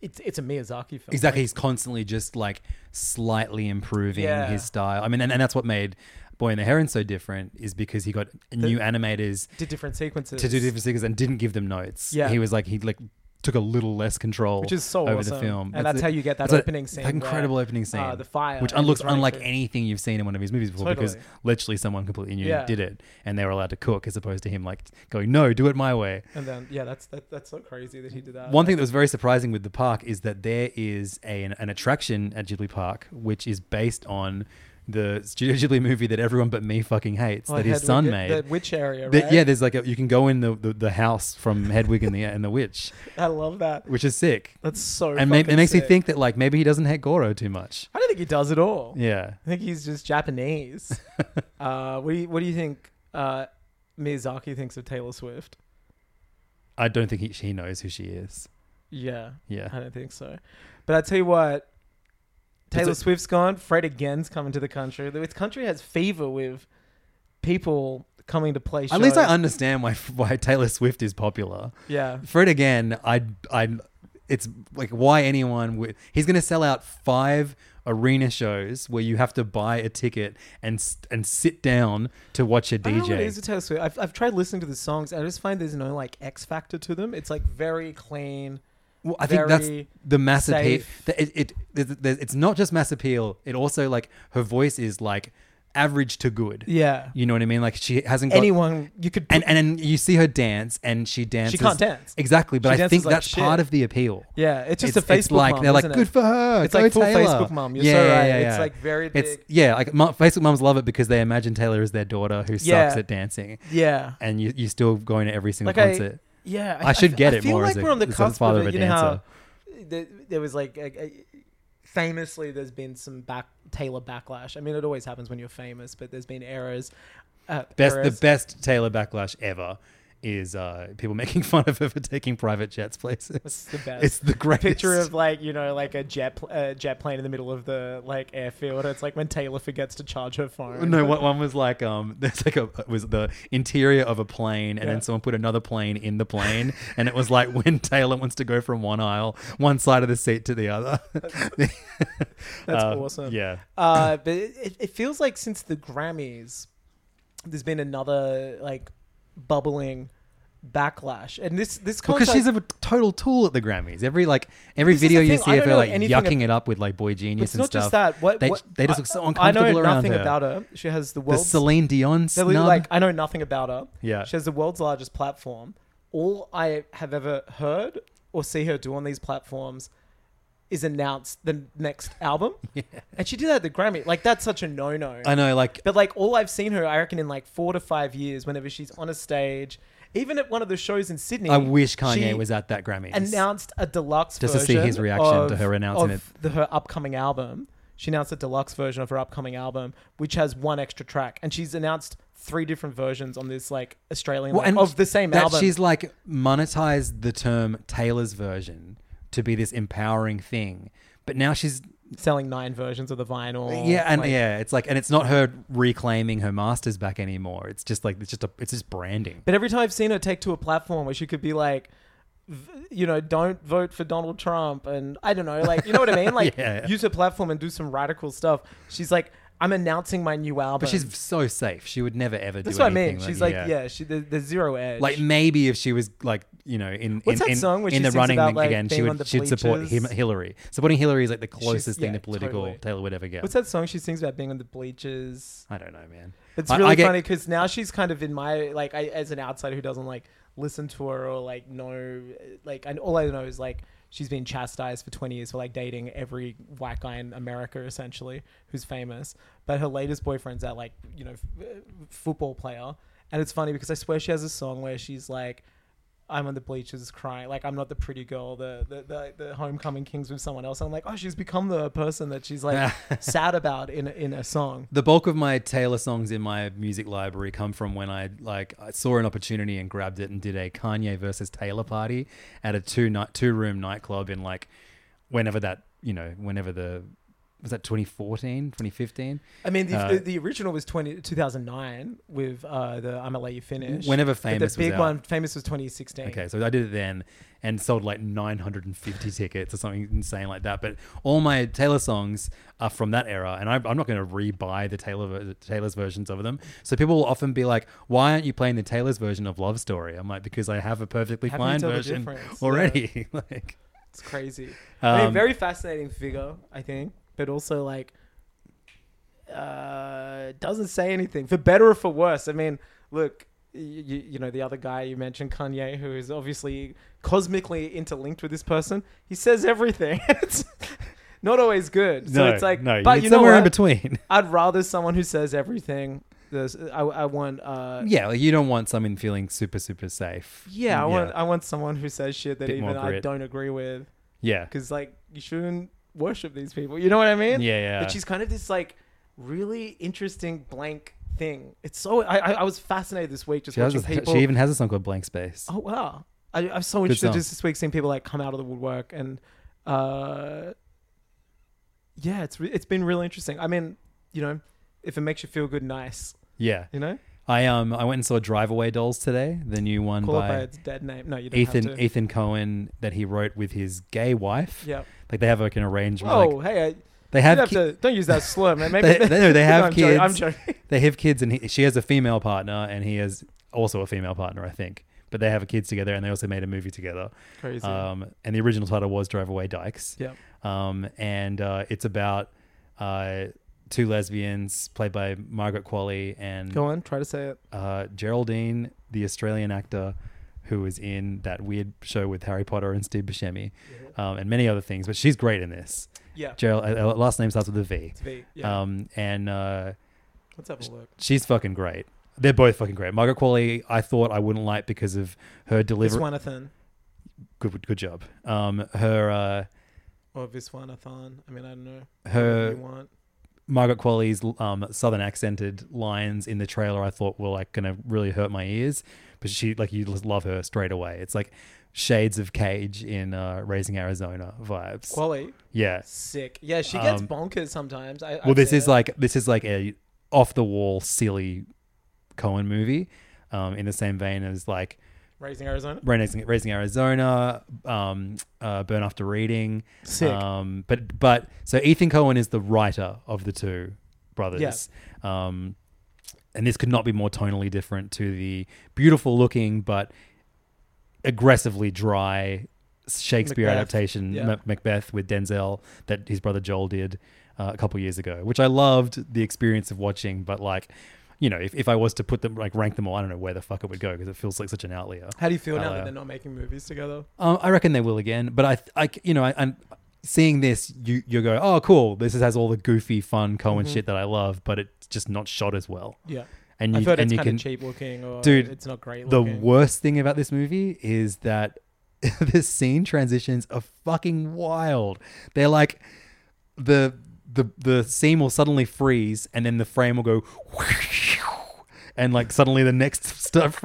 Speaker 5: it's it's a Miyazaki film.
Speaker 6: Exactly. He's constantly just like slightly improving
Speaker 5: Yeah.
Speaker 6: his style. I mean, and, and that's what made Boy and the Heron so different is because he got new animators
Speaker 5: Like, to different sequences
Speaker 6: to do different things and didn't give them notes.
Speaker 5: Yeah.
Speaker 6: He was like, he like took a little less control
Speaker 5: Which is so
Speaker 6: over
Speaker 5: awesome.
Speaker 6: the film.
Speaker 5: And that's
Speaker 6: it.
Speaker 5: how you get that
Speaker 6: That's a-
Speaker 5: opening scene
Speaker 6: That incredible
Speaker 5: where,
Speaker 6: opening scene.
Speaker 5: uh, the fire
Speaker 6: Which
Speaker 5: and he's
Speaker 6: looks
Speaker 5: running
Speaker 6: unlike
Speaker 5: through.
Speaker 6: anything you've seen in one of his movies before because
Speaker 5: Totally.
Speaker 6: literally someone completely new
Speaker 5: Yeah.
Speaker 6: did it and they were allowed to cook as opposed to him like going, no, do it my way.
Speaker 5: And then yeah, that's that, that's so crazy that he did that.
Speaker 6: One thing that was very surprising with the park is that there is a, an, an attraction at Ghibli Park which is based on the Studio Ghibli movie that everyone but me fucking hates
Speaker 5: Oh,
Speaker 6: that his
Speaker 5: Hedwig,
Speaker 6: son
Speaker 5: the-
Speaker 6: made.
Speaker 5: the witch area.
Speaker 6: That-
Speaker 5: right?
Speaker 6: yeah, there's like a, you can go in the, the, the house from Hedwig and the and the witch,
Speaker 5: I love that.
Speaker 6: which is sick.
Speaker 5: That's so.
Speaker 6: and ma- it
Speaker 5: fucking
Speaker 6: makes me
Speaker 5: sick.
Speaker 6: think that like maybe he doesn't hate Goro too much.
Speaker 5: I don't think he does at all.
Speaker 6: Yeah.
Speaker 5: I think he's just Japanese. uh, what do you What do you think uh, Miyazaki thinks of Taylor Swift?
Speaker 6: I don't think he, she knows who she is.
Speaker 5: Yeah,
Speaker 6: Yeah.
Speaker 5: I don't think so. But I tell you what, Taylor
Speaker 6: a-
Speaker 5: Swift's gone. Fred again's coming to the country. The country has fever with people coming to play. Shows.
Speaker 6: At least I understand why why Taylor Swift is popular.
Speaker 5: yeah.
Speaker 6: Fred again, I I it's like why anyone would he's going to sell out 5 arena shows where you have to buy a ticket and s- and sit down to watch a
Speaker 5: I don't know what it
Speaker 6: DJ.
Speaker 5: is with Taylor Swift. I've, I've tried listening to the songs. and I just find there's no like X factor to them. It's like very clean.
Speaker 6: Well, I
Speaker 5: very
Speaker 6: think that's the mass appeal.
Speaker 5: safe.
Speaker 6: that It, it, it, it's not just mass appeal. It also like her voice is like average to good.
Speaker 5: Yeah.
Speaker 6: You know what I mean? Like she hasn't got
Speaker 5: Anyone you could
Speaker 6: and, and and you see her dance, and she dances.
Speaker 5: can't dance.
Speaker 6: exactly. But
Speaker 5: She
Speaker 6: I think
Speaker 5: dances like
Speaker 6: that's
Speaker 5: shit.
Speaker 6: part of the appeal.
Speaker 5: Yeah, it's just a Facebook
Speaker 6: like
Speaker 5: mum,
Speaker 6: they're like
Speaker 5: isn't it?
Speaker 6: good for her.
Speaker 5: It's
Speaker 6: go
Speaker 5: like full
Speaker 6: Taylor."
Speaker 5: Facebook mum. You're so right. It's, like, very
Speaker 6: It's
Speaker 5: big.
Speaker 6: yeah, like mu- Facebook mums love it because they imagine Taylor is their daughter who
Speaker 5: Yeah.
Speaker 6: sucks at dancing,
Speaker 5: yeah.
Speaker 6: and you you still going to every single
Speaker 5: like I,
Speaker 6: concert.
Speaker 5: yeah,
Speaker 6: I should
Speaker 5: f-
Speaker 6: get
Speaker 5: I
Speaker 6: it
Speaker 5: feel
Speaker 6: more
Speaker 5: like
Speaker 6: as a-
Speaker 5: we're on the
Speaker 6: as a
Speaker 5: cusp
Speaker 6: father
Speaker 5: of
Speaker 6: of
Speaker 5: it.
Speaker 6: a
Speaker 5: You know how th- there was like a, a- famously there's been some back Taylor backlash. I mean, it always happens when you're famous, but there's been errors. Uh,
Speaker 6: Best the
Speaker 5: eras.
Speaker 6: best Taylor backlash ever is uh, people making fun of her for taking private jets places.
Speaker 5: It's the best.
Speaker 6: It's the greatest.
Speaker 5: Picture of like you know like a jet pl- uh, jet plane in the middle of the like airfield. It's like when Taylor forgets to charge her phone.
Speaker 6: No, one, one was like um, there's like a it was the interior of a plane, and
Speaker 5: Yeah.
Speaker 6: then someone put another plane in the plane, and it was like when Taylor wants to go from one aisle, one side of the seat to the other. That's
Speaker 5: awesome.
Speaker 6: Yeah,
Speaker 5: Uh, but it, it- it feels like since the Grammys, there's been another like bubbling backlash, and this this
Speaker 6: because
Speaker 5: coincides-
Speaker 6: she's a total tool at the Grammys. Every like every
Speaker 5: This is the
Speaker 6: video you
Speaker 5: thing, I
Speaker 6: see of
Speaker 5: don't
Speaker 6: her
Speaker 5: know
Speaker 6: like
Speaker 5: anything
Speaker 6: yucking
Speaker 5: ab-
Speaker 6: it up with like boy genius
Speaker 5: It's
Speaker 6: and
Speaker 5: not
Speaker 6: stuff.
Speaker 5: just that. What
Speaker 6: they,
Speaker 5: what-
Speaker 6: they just
Speaker 5: I-
Speaker 6: look so uncomfortable
Speaker 5: I know
Speaker 6: around
Speaker 5: nothing
Speaker 6: her.
Speaker 5: about her. She has the
Speaker 6: The
Speaker 5: world's
Speaker 6: Celine Dion
Speaker 5: they're
Speaker 6: snub.
Speaker 5: literally like I know nothing about her.
Speaker 6: Yeah.
Speaker 5: she has the world's largest platform. All I have ever heard or see her do on these platforms is announce the next album, and she did that at the Grammy. Like that's such a no no.
Speaker 6: I know, like
Speaker 5: But like all I've seen her, I reckon in like four to five years, whenever she's on a stage, even at one of the shows in Sydney,
Speaker 6: I wish Kanye
Speaker 5: she
Speaker 6: was at that Grammys.
Speaker 5: announced a deluxe
Speaker 6: Just to
Speaker 5: version
Speaker 6: see his reaction
Speaker 5: of-
Speaker 6: to her announcing
Speaker 5: of the, her upcoming album. She announced a deluxe version of her upcoming album, which has one extra track, and she's announced three different versions on this like Australian
Speaker 6: Well,
Speaker 5: like, of the same
Speaker 6: that
Speaker 5: album.
Speaker 6: She's like monetized the term Taylor's version to be this empowering thing, but now she's
Speaker 5: selling nine versions of the vinyl.
Speaker 6: yeah
Speaker 5: Oh,
Speaker 6: and
Speaker 5: like-
Speaker 6: yeah it's like and it's not her reclaiming her masters back anymore. It's just like it's just a it's just branding.
Speaker 5: But every time I've seen her take to a platform where she could be like, v- you know, don't vote for Donald Trump, and I don't know, like, you know what I mean? Like,
Speaker 6: Yeah.
Speaker 5: use her platform and do some radical stuff. She's like, I'm announcing my new album.
Speaker 6: But she's so safe. She would never ever
Speaker 5: that's
Speaker 6: do
Speaker 5: what I
Speaker 6: anything.
Speaker 5: mean. She's like, yeah, she, there, there's zero edge.
Speaker 6: Like maybe if she was like you know in
Speaker 5: What's
Speaker 6: in,
Speaker 5: that
Speaker 6: in,
Speaker 5: song where she
Speaker 6: in the
Speaker 5: sings
Speaker 6: running
Speaker 5: about, like,
Speaker 6: again she
Speaker 5: being on the
Speaker 6: would she'd support him,
Speaker 5: bleachers?
Speaker 6: Hillary supporting Hillary is like the closest
Speaker 5: She's-
Speaker 6: thing
Speaker 5: yeah,
Speaker 6: to political
Speaker 5: totally.
Speaker 6: Taylor would ever get.
Speaker 5: what's that song she sings about being on the bleachers?
Speaker 6: I don't know, man.
Speaker 5: It's
Speaker 6: I- I
Speaker 5: really funny 'cause
Speaker 6: get-
Speaker 5: funny because now she's kind of in my like I, as an outsider who doesn't like listen to her or like know like and all I know is like she's been chastised for twenty years for like dating every white guy in America essentially who's famous. But her latest boyfriend's that like uh, you know f- football player, and it's funny because I swear she has a song where she's like I'm on the bleachers crying. Like I'm not the pretty girl, the the the, the homecoming kings with someone else. I'm like, oh, she's become the person that she's like sad about in a- in a song.
Speaker 6: the bulk of my Taylor songs in my music library come from when I like I saw an opportunity and grabbed it and did a Kanye versus Taylor party at a two night two room nightclub in like whenever that you know whenever the was that 2014 2015
Speaker 5: I mean, the,
Speaker 6: Uh,
Speaker 5: the, the original was 20, 2009 with uh, the I'm gonna let you finish.
Speaker 6: Whenever
Speaker 5: But
Speaker 6: Famous was
Speaker 5: the big
Speaker 6: out.
Speaker 5: one, famous was 2016.
Speaker 6: Okay, so I did it then and sold like 950 tickets or something insane like that. But all my Taylor songs are from that era, and I, I'm not going to re-buy the Taylor ver- the Taylor's versions of them. So people will often be like, "Why aren't you playing the Taylor's version of Love Story?" I'm like, "Because I have a perfectly
Speaker 5: How can you
Speaker 6: fine
Speaker 5: tell the
Speaker 6: version
Speaker 5: difference?
Speaker 6: already." like,
Speaker 5: It's crazy. I mean,
Speaker 6: Um,
Speaker 5: very fascinating figure, I think, but also like uh, doesn't say anything for better or for worse. I mean, look, you, you know the other guy you mentioned, Kanye, who is obviously cosmically interlinked with this person. He says everything. it's not always good. So
Speaker 6: no,
Speaker 5: it's like,
Speaker 6: no,
Speaker 5: but
Speaker 6: it's
Speaker 5: you know
Speaker 6: somewhere
Speaker 5: what?
Speaker 6: in between.
Speaker 5: I'd rather someone who says everything. There's, I, I want. Uh,
Speaker 6: yeah, like you don't want someone feeling super super safe.
Speaker 5: yeah, I want. I want someone who says shit that
Speaker 6: Bit more
Speaker 5: even I
Speaker 6: grit.
Speaker 5: don't agree with.
Speaker 6: yeah,
Speaker 5: because like you shouldn't worship these people. You know what I mean?
Speaker 6: Yeah, yeah.
Speaker 5: But she's kind of this like really interesting blank thing. It's so I I, I was fascinated this week just
Speaker 6: she, has
Speaker 5: watching
Speaker 6: a,
Speaker 5: people.
Speaker 6: she even has a song called Blank Space.
Speaker 5: oh wow, I, I'm so interested
Speaker 6: song.
Speaker 5: just this week seeing people like come out of the woodwork and uh yeah, it's re- it's been really interesting. I mean, you know, if it makes you feel good, nice.
Speaker 6: Yeah,
Speaker 5: You know,
Speaker 6: I um I went and saw Drive Away Dolls today, the new one
Speaker 5: call it by
Speaker 6: by
Speaker 5: its dead name. No, you don't have
Speaker 6: Ethan
Speaker 5: to.
Speaker 6: Ethan Cohen that he wrote with his gay wife.
Speaker 5: Yep.
Speaker 6: Like they have like an arrangement.
Speaker 5: Whoa,
Speaker 6: like,
Speaker 5: hey, I,
Speaker 6: they
Speaker 5: you
Speaker 6: have
Speaker 5: have
Speaker 6: ki-
Speaker 5: to, don't use that slur, man. Maybe,
Speaker 6: they, they, no, they have
Speaker 5: No, I'm
Speaker 6: kids.
Speaker 5: joking, I'm joking.
Speaker 6: They have kids, and he, she has a female partner, and he has also a female partner, I think. But they have kids together, and they also made a movie together.
Speaker 5: Crazy.
Speaker 6: Um, and the original title was Drive Away Dykes.
Speaker 5: Yep.
Speaker 6: Um, and uh, it's about uh, two lesbians played by Margaret Qualley and
Speaker 5: Go on, try to say it.
Speaker 6: uh, Geraldine, the Australian actor who was in that weird show with Harry Potter and Steve Buscemi, um, and many other things. But she's great in this.
Speaker 5: Yeah.
Speaker 6: Gerald, uh, uh, last name starts with a V.
Speaker 5: V, yeah.
Speaker 6: Um, and uh,
Speaker 5: Let's have a look.
Speaker 6: she's fucking great. They're both fucking great. Margaret Qualley, I thought I wouldn't like because of her
Speaker 5: This
Speaker 6: delivery.
Speaker 5: one a thon
Speaker 6: Good, good job. Um, her uh,
Speaker 5: or this one a thon. I mean, I don't know.
Speaker 6: Her-
Speaker 5: Whatever you want.
Speaker 6: Margaret Qualley's um, southern accented lines in the trailer, I thought were like gonna really hurt my ears, but she like you just love her straight away. It's like shades of Cage in uh, Raising Arizona vibes.
Speaker 5: Quali,
Speaker 6: yeah.
Speaker 5: sick. Yeah, she gets
Speaker 6: Um,
Speaker 5: bonkers sometimes. I,
Speaker 6: Well, this is like this is like a off the wall silly Cohen movie, um, in the same vein as like
Speaker 5: raising Arizona.
Speaker 6: Raising, Raising Arizona, um, uh, Burn After Reading.
Speaker 5: Sick.
Speaker 6: Um, but but so Ethan Cohen is the writer of the two brothers. Um, and this could not be more tonally different to the beautiful looking but aggressively dry Shakespeare
Speaker 5: Macbeth.
Speaker 6: adaptation
Speaker 5: Yeah.
Speaker 6: M- Macbeth with Denzel that his brother Joel did uh, a couple years ago, which I loved the experience of watching. But like, you know, if, if I was to put them like rank them all, I don't know where the fuck it would go because it feels like such an outlier.
Speaker 5: How do you feel now that
Speaker 6: Outlier.
Speaker 5: they're not making movies together?
Speaker 6: Um, I reckon they will again, but I, th- I, c- you know, I, I'm seeing this. You, you go, oh, cool. This is, has all the goofy, fun Cohen
Speaker 5: Mm-hmm.
Speaker 6: shit that I love, but it's just not shot as well.
Speaker 5: Yeah,
Speaker 6: and
Speaker 5: I've
Speaker 6: you,
Speaker 5: heard
Speaker 6: and
Speaker 5: it's
Speaker 6: you
Speaker 5: kind
Speaker 6: can.
Speaker 5: of cheap looking, or
Speaker 6: Dude,
Speaker 5: it's not great.
Speaker 6: The
Speaker 5: looking.
Speaker 6: worst thing about this movie is that the scene transitions are fucking wild. They're like the the the scene will suddenly freeze, and then the frame will go. And like suddenly the next stuff,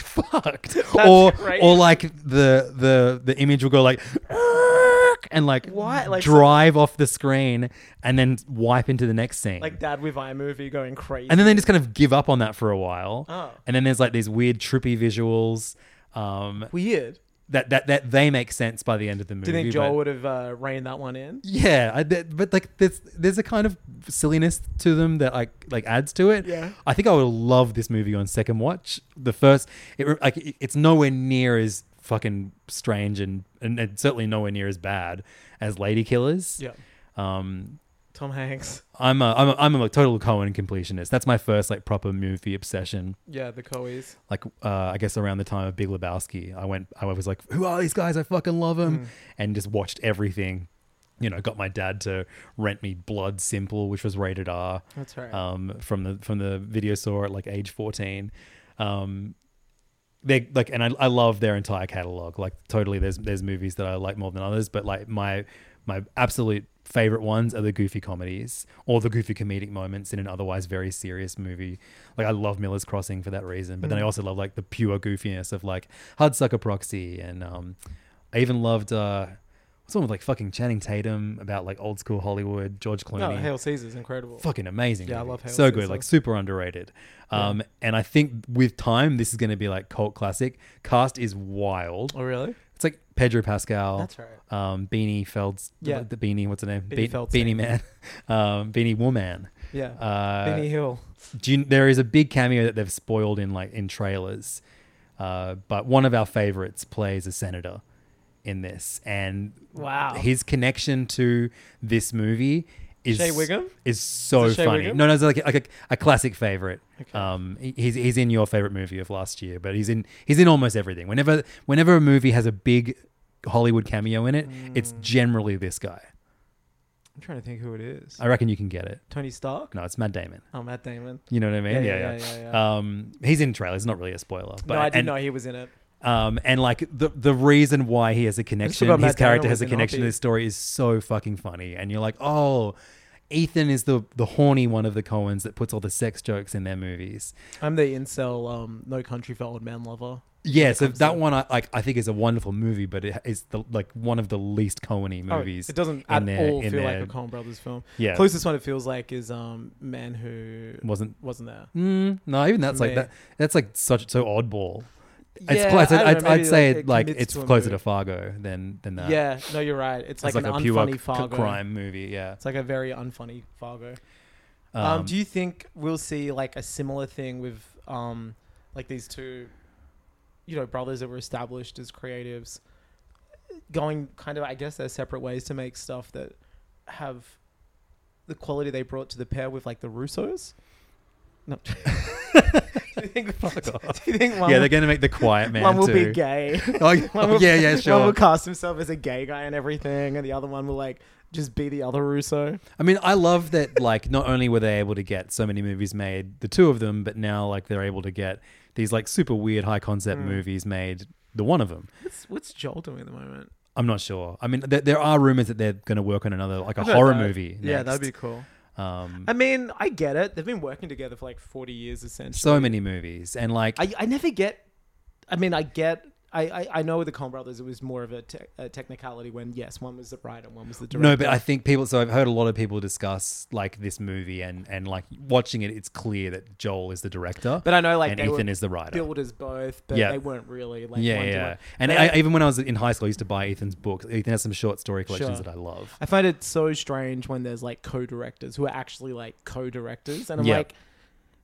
Speaker 6: fucked. or
Speaker 5: great.
Speaker 6: or like the the the image will go like and like,
Speaker 5: Why? Like,
Speaker 6: drive off the screen and then wipe into the next scene.
Speaker 5: like Dad with iMovie going crazy.
Speaker 6: And then they just kind of give up on that for a while.
Speaker 5: Oh.
Speaker 6: And then there's like these weird trippy visuals um,
Speaker 5: weird.
Speaker 6: that, that that they make sense by the end of the movie.
Speaker 5: Do you think
Speaker 6: but-
Speaker 5: Joel would have uh, reined that one in?
Speaker 6: Yeah, I, that- but like there's there's a kind of silliness to them that I like adds to it.
Speaker 5: Yeah.
Speaker 6: I think I would love this movie on second watch. The first, it re- like it- it's nowhere near as fucking strange and, and and certainly nowhere near as bad as Lady Killers.
Speaker 5: Yeah,
Speaker 6: Um,
Speaker 5: Tom Hanks.
Speaker 6: I'm a, I'm a, I'm a like, total Cohen completionist. That's my first like proper movie obsession.
Speaker 5: Yeah, the Coeys.
Speaker 6: Like uh, I guess around the time of Big Lebowski, I went I was like, who are these guys? I fucking love them, and just watched everything. You know, got my dad to rent me Blood Simple, which was rated R. Uh,
Speaker 5: That's right.
Speaker 6: Um, from the from the video store at like age fourteen. Um, they like, and I, I love their entire catalog. Like, totally, there's there's movies that I like more than others, but like my my absolute favorite ones are the goofy comedies or the goofy comedic moments in an otherwise very serious movie. Like, I love Miller's Crossing for that reason, but then I
Speaker 5: Mm.
Speaker 6: also love like the pure goofiness of like Hudsucker Proxy, and um, I even loved uh, what's one with like fucking Channing Tatum about like old school Hollywood, George Clooney.
Speaker 5: No, Oh, Hail Caesar's incredible.
Speaker 6: Fucking amazing.
Speaker 5: Yeah, I
Speaker 6: movie.
Speaker 5: love Hail
Speaker 6: So good,
Speaker 5: Caesar.
Speaker 6: like super underrated. Um, and I think with time, this is going to be like cult classic. Cast is wild.
Speaker 5: Oh, really?
Speaker 6: It's like Pedro Pascal.
Speaker 5: That's right.
Speaker 6: Um, Beanie Felds.
Speaker 5: Yeah.
Speaker 6: The Beanie, what's her name?
Speaker 5: Beanie Feldstein.
Speaker 6: Beanie Man. um, Beanie Woman.
Speaker 5: Yeah.
Speaker 6: Uh,
Speaker 5: Benny Hill.
Speaker 6: do you, there is a big cameo that they've spoiled in like in trailers, uh, but one of our favorites plays a senator in this, and
Speaker 5: Wow.
Speaker 6: his connection to this movie is
Speaker 5: Shea Wiggum?
Speaker 6: is so
Speaker 5: Is it Shea
Speaker 6: funny.
Speaker 5: Wiggum?
Speaker 6: No, no, it's like like a, a classic favorite. Um, he- he's he's in your favorite movie of last year, but he's in he's in almost everything. Whenever whenever a movie has a big Hollywood cameo in it,
Speaker 5: Mm.
Speaker 6: it's generally this guy.
Speaker 5: I'm trying to think who it is.
Speaker 6: I reckon you can get it.
Speaker 5: Tony Stark?
Speaker 6: No, it's Matt Damon.
Speaker 5: Oh, Matt Damon.
Speaker 6: You know what I mean?
Speaker 5: Yeah,
Speaker 6: Yeah,
Speaker 5: yeah,
Speaker 6: yeah.
Speaker 5: yeah, yeah,
Speaker 6: Um, he's in trailers, not really a spoiler, but
Speaker 5: no, I didn't
Speaker 6: and,
Speaker 5: know he was in it.
Speaker 6: um, and like the the reason why he has a connection,
Speaker 5: forgot
Speaker 6: his
Speaker 5: Matt Damon
Speaker 6: character has
Speaker 5: was
Speaker 6: a
Speaker 5: in
Speaker 6: connection to
Speaker 5: Offbeat.
Speaker 6: this story is so fucking funny, and you're like, oh, Ethan is the the horny one of the Coens that puts all the sex jokes in their movies.
Speaker 5: I'm the incel um, No Country for Old Man lover.
Speaker 6: Yeah, so that one I like I think is a wonderful movie, but it is the like one of the least Coeny
Speaker 5: Oh,
Speaker 6: movies.
Speaker 5: it doesn't
Speaker 6: in
Speaker 5: at
Speaker 6: their-
Speaker 5: all
Speaker 6: in
Speaker 5: feel like
Speaker 6: their-
Speaker 5: a Coen Brothers film.
Speaker 6: Yeah.
Speaker 5: Closest one it feels like is um, Man Who
Speaker 6: wasn't.
Speaker 5: Wasn't There.
Speaker 6: Mm, no, even that's like
Speaker 5: Me.
Speaker 6: that. That's like such so oddball.
Speaker 5: Yeah,
Speaker 6: it's close.
Speaker 5: I don't
Speaker 6: I'd,
Speaker 5: know,
Speaker 6: I'd
Speaker 5: maybe,
Speaker 6: say
Speaker 5: like, it
Speaker 6: like
Speaker 5: commits
Speaker 6: it's
Speaker 5: to a
Speaker 6: closer
Speaker 5: mood.
Speaker 6: to Fargo than than that.
Speaker 5: Yeah, no, you're right. It's, like, an unfunny
Speaker 6: c-
Speaker 5: Fargo.
Speaker 6: crime movie. Yeah.
Speaker 5: It's like a very unfunny Fargo. Um,
Speaker 6: Um,
Speaker 5: do you think we'll see like a similar thing with um, like these two, you know, brothers that were established as creatives, going kind of I guess their separate ways to make stuff that have the quality they brought to the pair with like the Russos. No. do you think, do you think one,
Speaker 6: yeah, they're gonna make the Quiet Man
Speaker 5: one will
Speaker 6: too.
Speaker 5: be gay?
Speaker 6: Oh, yeah, yeah, yeah,
Speaker 5: One
Speaker 6: sure.
Speaker 5: will cast himself as a gay guy and everything, and the other one will like just be the other Russo.
Speaker 6: I mean, I love that. Like, not only were they able to get so many movies made, the two of them, but now like they're able to get these like super weird high concept
Speaker 5: Mm.
Speaker 6: movies made. The one of them,
Speaker 5: What's, what's Joel doing at the moment?
Speaker 6: I'm not sure. I mean, there, there are rumors that they're gonna work on another like a
Speaker 5: About
Speaker 6: horror
Speaker 5: that.
Speaker 6: movie.
Speaker 5: Yeah,
Speaker 6: next.
Speaker 5: that'd be cool.
Speaker 6: um,
Speaker 5: I mean, I get it. They've been working together for like 40 years, essentially.
Speaker 6: so many movies and like
Speaker 5: I, I never get. I mean, I get. I, I, I know with the Coen brothers, it was more of a, te- a technicality when, yes, one was the bride and one was the director.
Speaker 6: No, but I think people. So I've heard a lot of people discuss like this movie and and like watching it. It's clear that Joel is the director,
Speaker 5: But I know, like,
Speaker 6: and
Speaker 5: they
Speaker 6: Ethan
Speaker 5: were
Speaker 6: is the writer.
Speaker 5: billed as both, but
Speaker 6: Yeah.
Speaker 5: they weren't really like
Speaker 6: yeah,
Speaker 5: one to
Speaker 6: yeah.
Speaker 5: one.
Speaker 6: And
Speaker 5: But
Speaker 6: I, even when I was in high school, I used to buy Ethan's books. Ethan has some short story collections
Speaker 5: Sure.
Speaker 6: that I love.
Speaker 5: I find it so strange when there's like co-directors who are actually like co-directors, and I'm
Speaker 6: Yeah.
Speaker 5: like,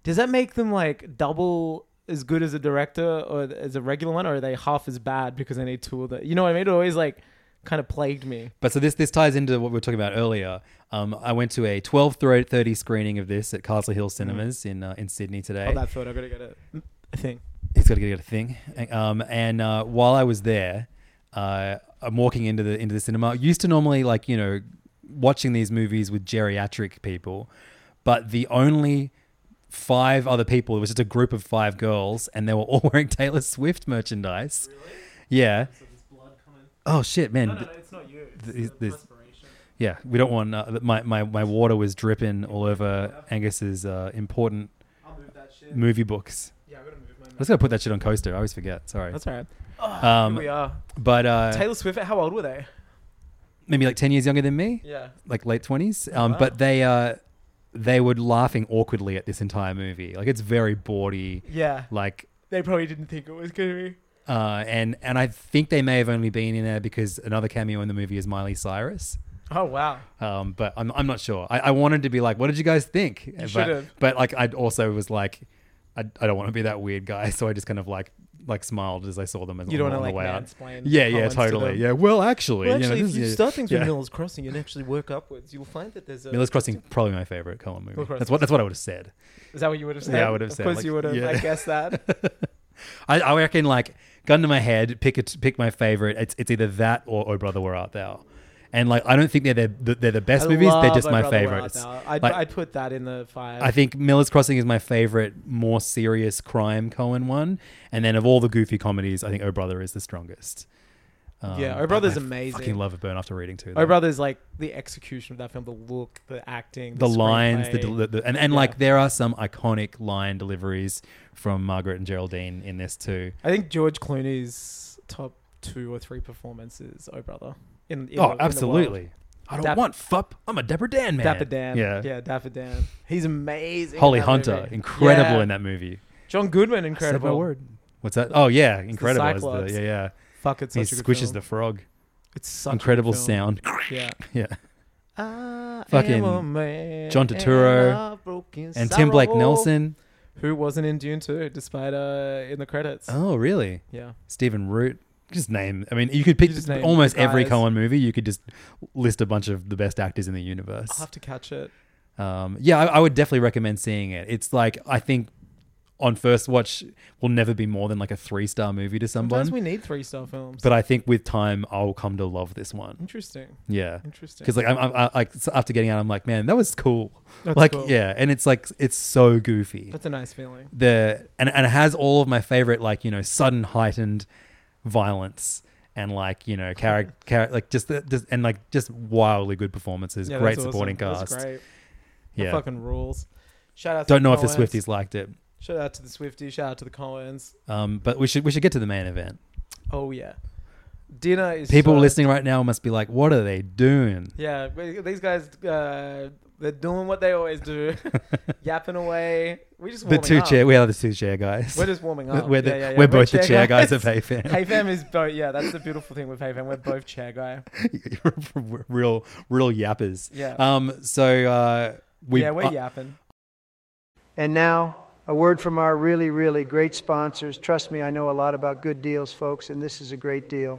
Speaker 5: does that make them like double as good as a director or as a regular one, or are they half as bad because they need two of the? You know what I mean? It always like kind of plagued me.
Speaker 6: But so this this ties into what we were talking about earlier. Um, I went to a twelve thirty screening of this at Castle Hill Cinemas in uh, in Sydney today.
Speaker 5: Mm-hmm. Oh, that thought I gotta get a a thing.
Speaker 6: he's got to get a thing. Um, and uh, while I was there, uh, I'm walking into the into the cinema. I used to normally like you know watching these movies with geriatric people, but the only five other people it was just a group of five girls, and they were all wearing Taylor Swift merchandise. Yeah. Oh shit, man!
Speaker 5: it's not you.
Speaker 6: Th- this- yeah, we don't want uh, my, my my water was dripping all over Angus's uh, important
Speaker 5: I'll move that shit.
Speaker 6: movie books.
Speaker 5: Yeah, I gotta move my.
Speaker 6: I was gonna put that shit on coaster. I always forget. Sorry.
Speaker 5: That's alright.
Speaker 6: Um,
Speaker 5: we are.
Speaker 6: but uh,
Speaker 5: Taylor Swift. How old were they?
Speaker 6: maybe like 10 years younger than me
Speaker 5: Yeah.
Speaker 6: like late 20s
Speaker 5: Oh,
Speaker 6: um, but they uh, they were laughing awkwardly at this entire movie like it's very bawdy
Speaker 5: Yeah.
Speaker 6: like
Speaker 5: They probably didn't think it was gonna be.
Speaker 6: uh, and and i think they may have only been in there because another cameo in the movie is miley cyrus
Speaker 5: Oh wow.
Speaker 6: um, but I'm, I'm not sure. I, I wanted to be like, what did you guys think? but,
Speaker 5: should've.
Speaker 6: but like, I also was like, I, I don't want to be that weird guy. So I just kind of like, like smiled as I saw them. As
Speaker 5: You don't
Speaker 6: on,
Speaker 5: wanna,
Speaker 6: on
Speaker 5: like,
Speaker 6: the way out.
Speaker 5: mansplain
Speaker 6: Yeah, yeah,
Speaker 5: comments to
Speaker 6: totally.
Speaker 5: them.
Speaker 6: Yeah. Well, actually,
Speaker 5: Well,
Speaker 6: you know,
Speaker 5: actually,
Speaker 6: this
Speaker 5: if you
Speaker 6: is-
Speaker 5: start things with
Speaker 6: yeah.
Speaker 5: Miller's Crossing and actually work upwards, you'll find that there's a.
Speaker 6: Miller's Crossing, probably my favorite Coen movie.
Speaker 5: Crossing.
Speaker 6: That's what that's what I would have said.
Speaker 5: Is that what you would have said?
Speaker 6: Yeah, I would have
Speaker 5: of
Speaker 6: said,
Speaker 5: course,
Speaker 6: like,
Speaker 5: you would have.
Speaker 6: yeah.
Speaker 5: I guess that.
Speaker 6: I, I reckon like gun to my head, pick a, pick my favorite. It's it's either that or Oh Brother Where Art Thou, And like, I don't think they're the, they're the best movies. They're
Speaker 5: love
Speaker 6: just
Speaker 5: Oh
Speaker 6: my
Speaker 5: Brother, Where Art
Speaker 6: favorites.
Speaker 5: Thou. I'd,
Speaker 6: Like-
Speaker 5: I'd put that in the five.
Speaker 6: I think Miller's Crossing is my favorite, more serious crime Cohen one. And then of all the goofy comedies, I think Oh Brother is the strongest. Um,
Speaker 5: Yeah, Oh
Speaker 6: but
Speaker 5: Brother's
Speaker 6: I
Speaker 5: amazing.
Speaker 6: Fucking love it burn after reading too.
Speaker 5: Oh
Speaker 6: though.
Speaker 5: Brother's like the execution of that film, the look, the acting, the,
Speaker 6: the lines, the,
Speaker 5: screenplay.
Speaker 6: del- the and and like there are some iconic line deliveries from Margaret and Geraldine in this too.
Speaker 5: I think George Clooney's top two or three performances. Oh brother! In, in the- in the
Speaker 6: oh,
Speaker 5: world.
Speaker 6: absolutely. I don't
Speaker 5: Dap-
Speaker 6: want fup. I'm a Dapper Dan man.
Speaker 5: Dapper Dan.
Speaker 6: Yeah.
Speaker 5: Yeah, yeah, Dapper Dan. He's amazing. in
Speaker 6: Holly
Speaker 5: that
Speaker 6: Hunter,
Speaker 5: movie.
Speaker 6: incredible
Speaker 5: Yeah.
Speaker 6: in that movie.
Speaker 5: John Goodman,
Speaker 6: I said my
Speaker 5: incredible.
Speaker 6: word. What's that? Oh yeah, incredible. is the-
Speaker 5: Cyclops.
Speaker 6: yeah, yeah.
Speaker 5: Fuck, it's
Speaker 6: He
Speaker 5: such a good
Speaker 6: squishes
Speaker 5: film.
Speaker 6: the frog.
Speaker 5: It's such a good
Speaker 6: incredible
Speaker 5: film.
Speaker 6: sound.
Speaker 5: Yeah.
Speaker 6: yeah.
Speaker 5: I
Speaker 6: Fucking
Speaker 5: am a man
Speaker 6: John
Speaker 5: and
Speaker 6: Turturro
Speaker 5: I've broken
Speaker 6: And Tim Blake
Speaker 5: sorrow.
Speaker 6: Nelson.
Speaker 5: who wasn't in Dune 2, despite uh in the credits.
Speaker 6: Oh really?
Speaker 5: Yeah.
Speaker 6: Stephen Root. Just name. I mean, you could pick
Speaker 5: You just name
Speaker 6: almost every
Speaker 5: guys.
Speaker 6: Cohen movie. You could just list a bunch of the best actors in the universe.
Speaker 5: I'll have to catch it.
Speaker 6: Um, yeah, I, I would definitely recommend seeing it. It's like I think on first watch will never be more than like a three star movie to
Speaker 5: Sometimes we
Speaker 6: someone.
Speaker 5: need three star films.
Speaker 6: But I think with time, I'll come to love this one.
Speaker 5: Interesting.
Speaker 6: Yeah,
Speaker 5: Interesting.
Speaker 6: Because like I'm, I'm I, like so after getting out, I'm like, man, that was cool.
Speaker 5: That's
Speaker 6: like
Speaker 5: cool.
Speaker 6: yeah, and it's like it's so goofy.
Speaker 5: That's a nice feeling.
Speaker 6: the and and it has all of my favorite like you know sudden heightened violence and like you know character char- like just, the, just and like just wildly good performances.
Speaker 5: Yeah,
Speaker 6: great
Speaker 5: that's
Speaker 6: supporting
Speaker 5: awesome.
Speaker 6: cast.
Speaker 5: That's great. That
Speaker 6: Yeah.
Speaker 5: fucking rules. Shout out. To
Speaker 6: Don't know if the
Speaker 5: Coens.
Speaker 6: Swifties liked it.
Speaker 5: Shout out to the Swifties. Shout out to the Coens.
Speaker 6: Um, but we should we should get to the main event.
Speaker 5: Oh yeah. Dinner is
Speaker 6: People
Speaker 5: served.
Speaker 6: listening right now must be like, "What are they doing?"
Speaker 5: Yeah, but these guys. Uh, they're doing what they always do, yapping away. We just
Speaker 6: The
Speaker 5: warming
Speaker 6: two
Speaker 5: up.
Speaker 6: chair, we are the two chair guys.
Speaker 5: We're just warming up.
Speaker 6: We're the-
Speaker 5: Oh, Yeah, yeah, yeah.
Speaker 6: we're both the chair guys of Hey Fam.
Speaker 5: Hey Fam is both. Yeah, that's the beautiful thing with Hey Fam. We're both chair guy.
Speaker 6: real, real yappers.
Speaker 5: Yeah.
Speaker 6: Um. So uh, we
Speaker 5: yeah, we're
Speaker 6: uh,
Speaker 5: yapping.
Speaker 7: And now, a word from our really, really great sponsors. Trust me, I know a lot about good deals, folks, and this is a great deal.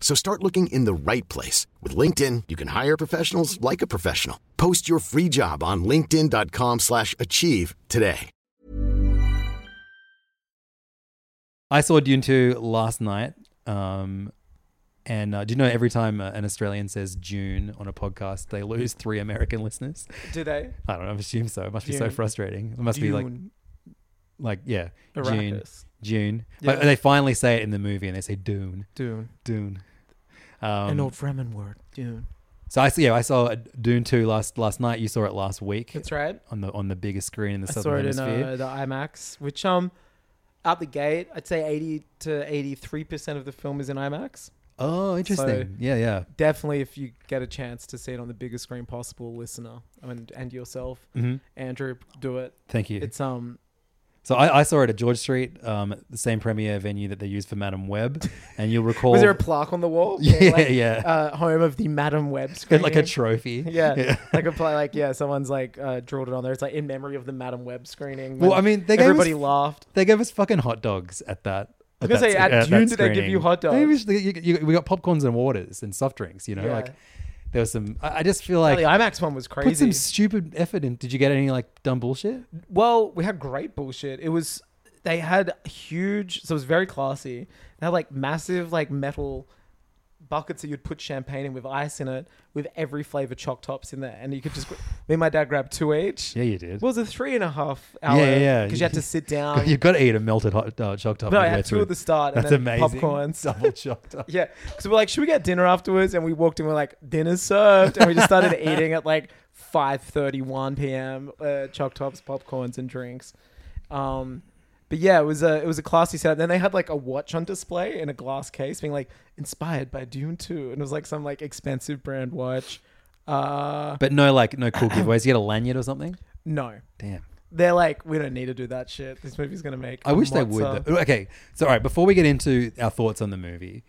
Speaker 8: So start looking in the right place. With LinkedIn, you can hire professionals like a professional. Post your free job on linkedin.com/achieve slash achieve today.
Speaker 6: I saw Dune two last night. Um, and uh, do you know every time uh, an Australian says June on a podcast, they lose three American listeners?
Speaker 5: Do they?
Speaker 6: I don't know. I assume so. It must be so
Speaker 5: Dune.
Speaker 6: frustrating. It must be like,
Speaker 5: Dune.
Speaker 6: like yeah, June,
Speaker 5: Arrakis.
Speaker 6: June. Like,
Speaker 5: Yeah.
Speaker 6: they finally say it in the movie, and they say Dune,
Speaker 5: Dune.
Speaker 6: Dune. Um,
Speaker 5: An old Fremen word. Dune.
Speaker 6: So I see. Yeah, I saw Dune two last last night. You saw it last week
Speaker 5: That's right.
Speaker 6: on the on the biggest screen in the
Speaker 5: I saw
Speaker 6: southern
Speaker 5: it in
Speaker 6: hemisphere.
Speaker 5: uh, the IMAX, which um, out the gate, I'd say eighty to eighty-three percent of the film is in IMAX.
Speaker 6: oh, interesting.
Speaker 5: So-
Speaker 6: yeah, yeah.
Speaker 5: Definitely, if you get a chance to see it on the biggest screen possible, listener and and yourself,
Speaker 6: Mm-hmm.
Speaker 5: Andrew, do it.
Speaker 6: Thank you.
Speaker 5: It's um,
Speaker 6: so I, I saw it at George Street, um, the same premiere venue that they used for Madame Web, and you'll recall
Speaker 5: was there a plaque on the wall?
Speaker 6: Yeah,
Speaker 5: Like,
Speaker 6: yeah.
Speaker 5: Uh, home of the Madam Web screen,
Speaker 6: like a trophy.
Speaker 5: yeah, like a play, like yeah, someone's like uh, drilled it on there. It's like in memory of the Madam Web screening.
Speaker 6: Well,
Speaker 5: when
Speaker 6: I mean, they gave us-
Speaker 5: everybody laughed.
Speaker 6: They gave us fucking hot dogs at that.
Speaker 5: I was gonna
Speaker 6: that-
Speaker 5: say, at
Speaker 6: that
Speaker 5: Dune, did they give
Speaker 6: screening.
Speaker 5: you hot
Speaker 6: They
Speaker 5: dogs?
Speaker 6: was- they- you- you- we got popcorns and waters and soft drinks. You know,
Speaker 5: Yeah.
Speaker 6: like There was some. I, I just feel like
Speaker 5: the IMAX one was
Speaker 6: Put some
Speaker 5: crazy.
Speaker 6: stupid effort in. Did you get any like dumb bullshit?
Speaker 5: Well, we had great bullshit. It was they had huge, so it was very classy. They had like massive like metal buckets that you'd put champagne in with ice in it, with every flavor choc tops in there, and you could just. Me and my dad grabbed two each.
Speaker 6: Yeah, you did.
Speaker 5: What was it three and a half hour?
Speaker 6: yeah, yeah.
Speaker 5: Because you had to sit down.
Speaker 6: You've got to eat a melted hot uh, choc top.
Speaker 5: No, I
Speaker 6: midway
Speaker 5: had two
Speaker 6: through.
Speaker 5: at the start and
Speaker 6: That's
Speaker 5: then
Speaker 6: amazing.
Speaker 5: popcorns.
Speaker 6: Double choc top.
Speaker 5: Yeah, because we're like, should we get dinner afterwards? And we walked in, we're like, dinner's served, and we just started eating at like five thirty-one p.m. Uh, choc tops, popcorns, and drinks. Um, but yeah, it was a it was a classy setup. Then they had like a watch on display in a glass case, being like inspired by Dune Two, and it was like some like expensive brand watch. Uh,
Speaker 6: But no, like no cool giveaways. You get a lanyard or something.
Speaker 5: no,
Speaker 6: Damn.
Speaker 5: they're like, we don't need to do that shit. This movie's gonna make.
Speaker 6: I
Speaker 5: a
Speaker 6: wish they would.
Speaker 5: mozza."
Speaker 6: Though. Okay, so all right. Before we get into our thoughts on the movie,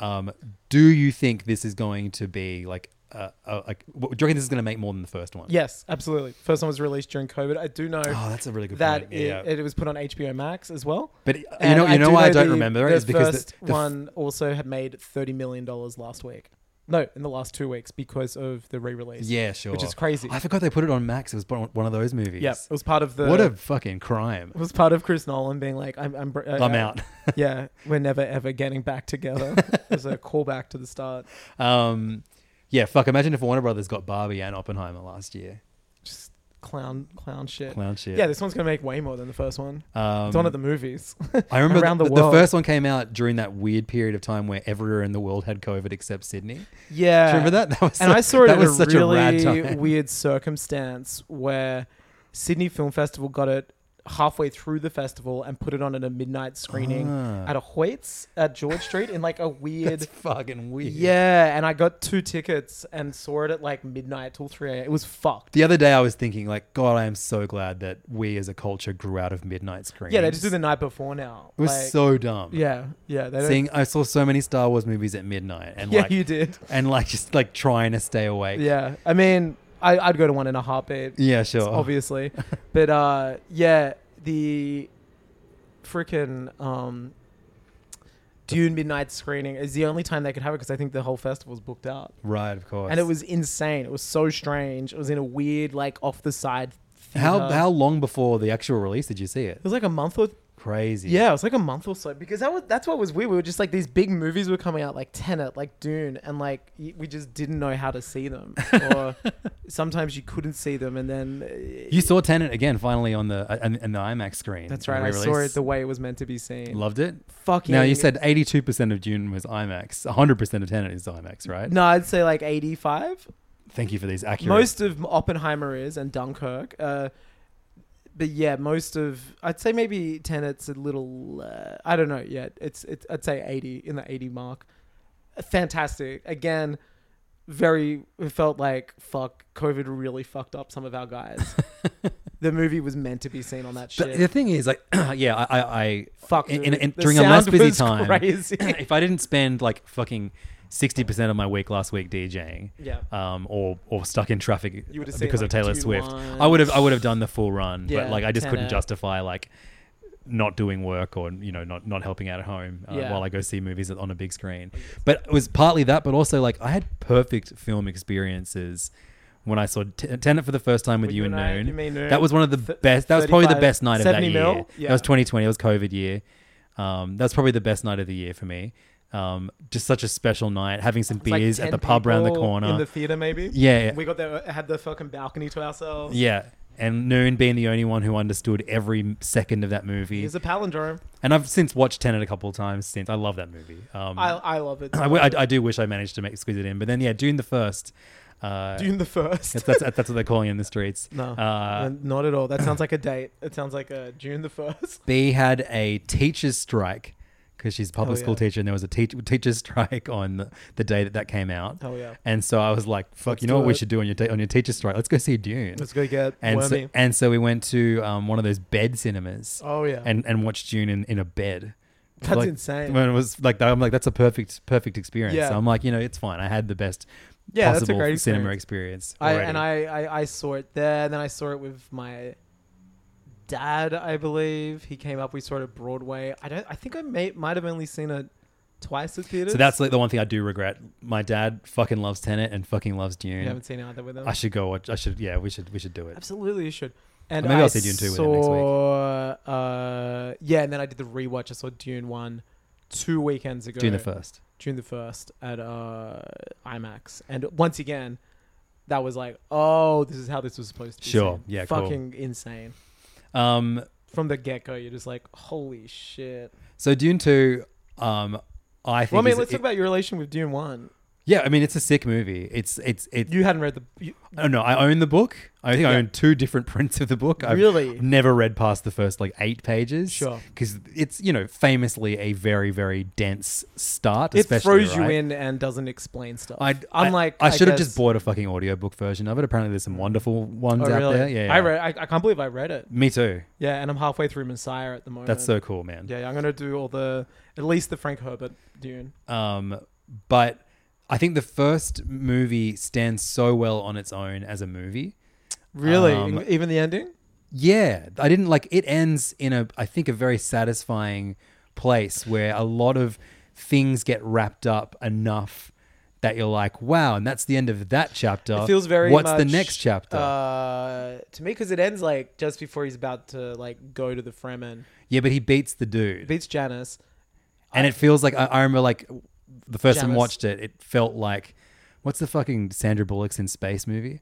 Speaker 6: um, do you think this is going to be like, uh, uh, like, what- do you reckon this is going to make more than the first one?
Speaker 5: Yes, absolutely. First one was released during COVID. I do know.
Speaker 6: Oh, that's a really good
Speaker 5: that
Speaker 6: point. Yeah,
Speaker 5: it,
Speaker 6: yeah.
Speaker 5: it was put on HBO Max as well.
Speaker 6: But, uh, you
Speaker 5: And
Speaker 6: know- you know
Speaker 5: do
Speaker 6: why I don't remember
Speaker 5: the
Speaker 6: is because the-
Speaker 5: first
Speaker 6: the f-
Speaker 5: one also had made thirty million dollars last week. No, in the last two weeks because of the re-release.
Speaker 6: Yeah, sure.
Speaker 5: Which is crazy.
Speaker 6: I forgot they put it on Max. It was one one of those movies.
Speaker 5: Yeah, it was part of the.
Speaker 6: what a
Speaker 5: It
Speaker 6: fucking crime.
Speaker 5: was part of Chris Nolan being like, "I'm, I'm, br- uh,
Speaker 6: I'm
Speaker 5: uh,
Speaker 6: out.
Speaker 5: yeah, we're never ever getting back together. As a callback to the start,
Speaker 6: Um, yeah, fuck. Imagine if Warner Brothers got Barbie and Oppenheimer last year.
Speaker 5: just clown, clown shit.
Speaker 6: Clown shit.
Speaker 5: Yeah, this one's gonna make way more than the first one.
Speaker 6: Um,
Speaker 5: it's one of the movies.
Speaker 6: I remember
Speaker 5: around
Speaker 6: the,
Speaker 5: the,
Speaker 6: the
Speaker 5: world.
Speaker 6: first one came out during that weird period of time where everywhere in the world had COVID except Sydney.
Speaker 5: Yeah,
Speaker 6: Do you remember that? That was
Speaker 5: and
Speaker 6: so-
Speaker 5: I saw it
Speaker 6: that
Speaker 5: in
Speaker 6: was
Speaker 5: a
Speaker 6: such a rad
Speaker 5: really
Speaker 6: time.
Speaker 5: weird circumstance where Sydney Film Festival got it halfway through the festival and put it on at a midnight screening
Speaker 6: Ah.
Speaker 5: at a Hoyt's at George Street in like a weird.
Speaker 6: It's fucking weird.
Speaker 5: Yeah, and I got two tickets and saw it at like midnight till three. a.m. It was fucked.
Speaker 6: The other day I was thinking, like, God, I am so glad that we as a culture grew out of midnight screens.
Speaker 5: Yeah, they just do the night before now.
Speaker 6: It was
Speaker 5: Like,
Speaker 6: so dumb.
Speaker 5: Yeah, yeah. They don't,
Speaker 6: Seeing, I saw so many Star Wars movies at midnight, and
Speaker 5: yeah,
Speaker 6: like,
Speaker 5: you did.
Speaker 6: and like, just like trying to stay awake.
Speaker 5: Yeah, I mean, I, I'd go to one in a heartbeat.
Speaker 6: Yeah, sure.
Speaker 5: obviously. but uh, yeah, the freaking um, Dune midnight screening is the only time they could have it because I think the whole festival's booked out,
Speaker 6: Right, of course.
Speaker 5: and it was insane. It was so strange. It was in a weird, like, off the side.
Speaker 6: how
Speaker 5: theater.
Speaker 6: how long before the actual release did you see it?
Speaker 5: It was like a month or
Speaker 6: Crazy.
Speaker 5: yeah, it was like a month or so because that was that's what was weird. We were just like these big movies were coming out like Tenet, like Dune, and like y- we just didn't know how to see them. Or sometimes you couldn't see them, and then uh,
Speaker 6: You saw Tenant again finally on the uh, and, and the IMAX screen.
Speaker 5: That's right. I saw it
Speaker 6: Re-release.
Speaker 5: the way it was meant to be seen.
Speaker 6: Loved it.
Speaker 5: Fucking.
Speaker 6: Now you said eighty-two percent of June was IMAX. One hundred percent of Tenant is IMAX, right?
Speaker 5: no. I'd say like eighty-five.
Speaker 6: Thank you for these accurate.
Speaker 5: Most of Oppenheimer is and Dunkirk. Uh, but yeah, most of I'd say maybe Tenet's a little. Uh, I don't know yet. It's it's I'd say eighty in the eighty mark. Fantastic. Again, very. It felt like fuck. COVID really fucked up some of our guys. the movie was meant to be seen on that
Speaker 6: But
Speaker 5: shit.
Speaker 6: the thing is, like, yeah, I, I, I
Speaker 5: Fuck,
Speaker 6: in, in,
Speaker 5: dude.
Speaker 6: in-
Speaker 5: The
Speaker 6: during a
Speaker 5: sound
Speaker 6: less busy
Speaker 5: was
Speaker 6: time.
Speaker 5: crazy.
Speaker 6: if I didn't spend like fucking sixty percent of my week last week DJing,
Speaker 5: Yeah.
Speaker 6: um, or or stuck in traffic
Speaker 5: You would've seen,
Speaker 6: because of
Speaker 5: like,
Speaker 6: Taylor
Speaker 5: Dune
Speaker 6: Swift,
Speaker 5: One.
Speaker 6: I would have I would have done the full run,
Speaker 5: Yeah,
Speaker 6: but like I just couldn't
Speaker 5: Tenet.
Speaker 6: justify like not doing work or you know not not helping out at home uh,
Speaker 5: Yeah.
Speaker 6: while I go see movies on a big screen. But it was partly that, but also like I had perfect film experiences. When I saw Ten- Tenet for the first time with
Speaker 5: With
Speaker 6: you,
Speaker 5: you
Speaker 6: and
Speaker 5: and I,
Speaker 6: Noon,
Speaker 5: you mean Noon.
Speaker 6: that was one of the
Speaker 5: Th-
Speaker 6: best. That was probably the
Speaker 5: 35
Speaker 6: best night of that
Speaker 5: 70
Speaker 6: year.
Speaker 5: mil?
Speaker 6: That was
Speaker 5: Yeah.
Speaker 6: 2020. It was COVID year. Um, that was probably the best night of the year for me. Um, just such a special night, having some
Speaker 5: It's like
Speaker 6: beers at
Speaker 5: 10
Speaker 6: the pub around the
Speaker 5: people
Speaker 6: corner.
Speaker 5: in the theater maybe
Speaker 6: Yeah, yeah.
Speaker 5: we got the had the fucking balcony to ourselves
Speaker 6: yeah, and Noon being the only one who understood every second of that movie.
Speaker 5: it's a palindrome
Speaker 6: and I've since watched Tenet a couple of times. Since I love that movie. Um,
Speaker 5: i i love it
Speaker 6: I, w- I, I do wish I managed to make squeeze it in, but then yeah, Dune the first. Uh,
Speaker 5: Dune the first
Speaker 6: That's, that's that's what they're calling it in the streets.
Speaker 5: no
Speaker 6: Uh,
Speaker 5: not at all that sounds like a date it sounds like a june the first
Speaker 6: B had a teachers strike because she's a public
Speaker 5: Hell
Speaker 6: school
Speaker 5: Oh, yeah.
Speaker 6: teacher, and there was a teach- teachers strike on the, the day that that came out.
Speaker 5: Hell Oh, yeah.
Speaker 6: And so I was like, "Fuck,
Speaker 5: Let's
Speaker 6: you know what
Speaker 5: do
Speaker 6: we
Speaker 5: it.
Speaker 6: should do on your ta- on your teacher strike? Let's go see Dune."
Speaker 5: let's go get
Speaker 6: and
Speaker 5: wormy
Speaker 6: so, and so we went to um, one of those bed cinemas.
Speaker 5: Oh, yeah.
Speaker 6: and and watched Dune in, in a bed.
Speaker 5: That's
Speaker 6: Like,
Speaker 5: insane.
Speaker 6: When it was like that, I'm like, that's a perfect perfect experience.
Speaker 5: Yeah.
Speaker 6: So I'm like, you know, it's fine. I had the best
Speaker 5: Yeah, that's a
Speaker 6: possible
Speaker 5: great
Speaker 6: cinema experience.
Speaker 5: I,
Speaker 6: already.
Speaker 5: and I, I i saw it there and then i saw it with my dad i believe he came up we saw it at broadway i don't i think i may, might have only seen it twice at theaters.
Speaker 6: So that's like the one thing I do regret. My dad fucking loves Tenet and fucking loves Dune.
Speaker 5: You haven't seen either with him?
Speaker 6: I should go watch. I should. Yeah, we should. We should do it.
Speaker 5: Absolutely, you should. And
Speaker 6: Or maybe
Speaker 5: I
Speaker 6: I'll see Dune 2 with him next week.
Speaker 5: saw, Uh, yeah, and then I did the rewatch. I saw Dune one two weekends ago.
Speaker 6: Dune the first.
Speaker 5: June the first at uh, IMAX, and once again, that was like, oh, this is how this was supposed to be.
Speaker 6: Sure.
Speaker 5: seen.
Speaker 6: Yeah, cool.
Speaker 5: Fucking insane.
Speaker 6: Um,
Speaker 5: From the get go, you're just like, holy shit.
Speaker 6: so Dune two, um, I think.
Speaker 5: Well, I mean,
Speaker 6: is-
Speaker 5: let's
Speaker 6: it-
Speaker 5: talk about your relation with Dune one.
Speaker 6: Yeah, I mean, it's a sick movie. It's it's it.
Speaker 5: You hadn't read the. You,
Speaker 6: Oh no, I own the book. I think I
Speaker 5: Yeah.
Speaker 6: own two different prints of the book. I've
Speaker 5: Really?
Speaker 6: never read past the first like eight pages.
Speaker 5: Sure.
Speaker 6: because it's you know famously a very very dense start.
Speaker 5: it
Speaker 6: especially,
Speaker 5: throws you
Speaker 6: right?
Speaker 5: in and doesn't explain stuff.
Speaker 6: I, I-
Speaker 5: Unlike
Speaker 6: I, should have just
Speaker 5: guess-
Speaker 6: bought a fucking audiobook version of it. Apparently, there's some wonderful ones
Speaker 5: Oh,
Speaker 6: out
Speaker 5: really?
Speaker 6: there. Yeah,
Speaker 5: I
Speaker 6: yeah.
Speaker 5: read. I, I can't believe I read it.
Speaker 6: Me too.
Speaker 5: Yeah, and I'm halfway through Messiah at the moment.
Speaker 6: That's so cool, man.
Speaker 5: Uh, Yeah, yeah, I'm gonna do all the at least the Frank Herbert Dune.
Speaker 6: Um, but I think the first movie stands so well on its own as a movie.
Speaker 5: Really,
Speaker 6: Um,
Speaker 5: In- even the ending.
Speaker 6: Yeah, I didn't like it ends in a I think a very satisfying place where a lot of things get wrapped up enough that you're like, wow, and that's the end of that chapter.
Speaker 5: It feels very.
Speaker 6: uh, What's the
Speaker 5: much,
Speaker 6: next chapter?
Speaker 5: Uh, to me, because it ends like just before he's about to like go to the Fremen,
Speaker 6: yeah, but he beats the dude,
Speaker 5: beats Janice.
Speaker 6: and it feels like I, I remember like the first time I
Speaker 5: Jamis.
Speaker 6: watched it, it felt like what's the fucking Sandra Bullock's in space movie?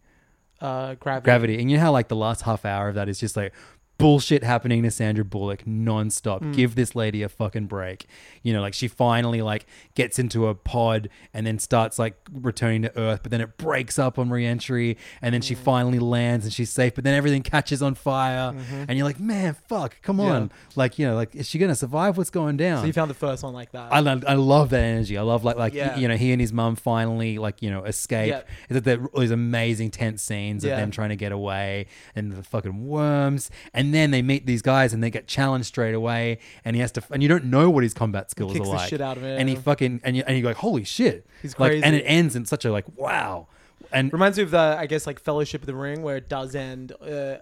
Speaker 5: Uh, gravity.
Speaker 6: Gravity. And you know how like the last half hour of that is just like bullshit happening to Sandra Bullock nonstop.
Speaker 5: Mm.
Speaker 6: Give this lady a fucking break. You know, like she finally like gets into a pod and then starts like returning to Earth, but then it breaks up on reentry and
Speaker 5: Mm.
Speaker 6: then she finally lands and she's safe, but then everything catches on fire and you're like, man, fuck, come
Speaker 5: Mm-hmm. Yeah.
Speaker 6: on. Like, you know, like is she gonna survive? What's going down?
Speaker 5: So you found the first one like that.
Speaker 6: I love, I love that energy. I love like like
Speaker 5: Yeah.
Speaker 6: you know he and his mum finally like you know escape.
Speaker 5: Yep.
Speaker 6: It's like there- all these amazing tense scenes
Speaker 5: Yeah.
Speaker 6: of them trying to get away and the fucking worms, and then they meet these guys and they get challenged straight away, and he has to and you don't know what his combat skills
Speaker 5: kicks
Speaker 6: are
Speaker 5: the
Speaker 6: like.
Speaker 5: shit out of
Speaker 6: And he
Speaker 5: him.
Speaker 6: fucking and you and you go like, holy shit,
Speaker 5: He's
Speaker 6: like and
Speaker 5: crazy.
Speaker 6: it ends in such a like wow, and
Speaker 5: Reminds me of the, I guess, like Fellowship of the Ring, where it does end uh,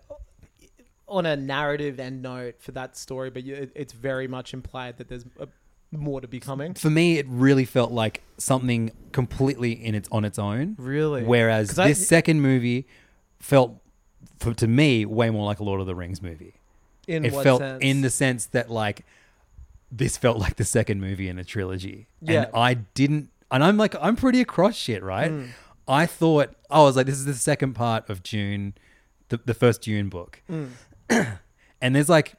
Speaker 5: on a narrative end note for that story, but you, it, it's very much implied that there's uh more to be coming.
Speaker 6: for me it really felt like something completely in its on its own.
Speaker 5: Really?
Speaker 6: Whereas
Speaker 5: 'Cause I-
Speaker 6: this second movie felt for, to me way more like a Lord of the Rings movie.
Speaker 5: In
Speaker 6: it
Speaker 5: what
Speaker 6: felt
Speaker 5: sense?
Speaker 6: in the sense that like this felt like the second movie in a trilogy.
Speaker 5: Yeah. Hmm.
Speaker 6: And I didn't and I'm like I'm pretty across shit, right? I thought oh, I was like this is the second part of June the, the first June book.
Speaker 5: Hmm.
Speaker 6: and there's like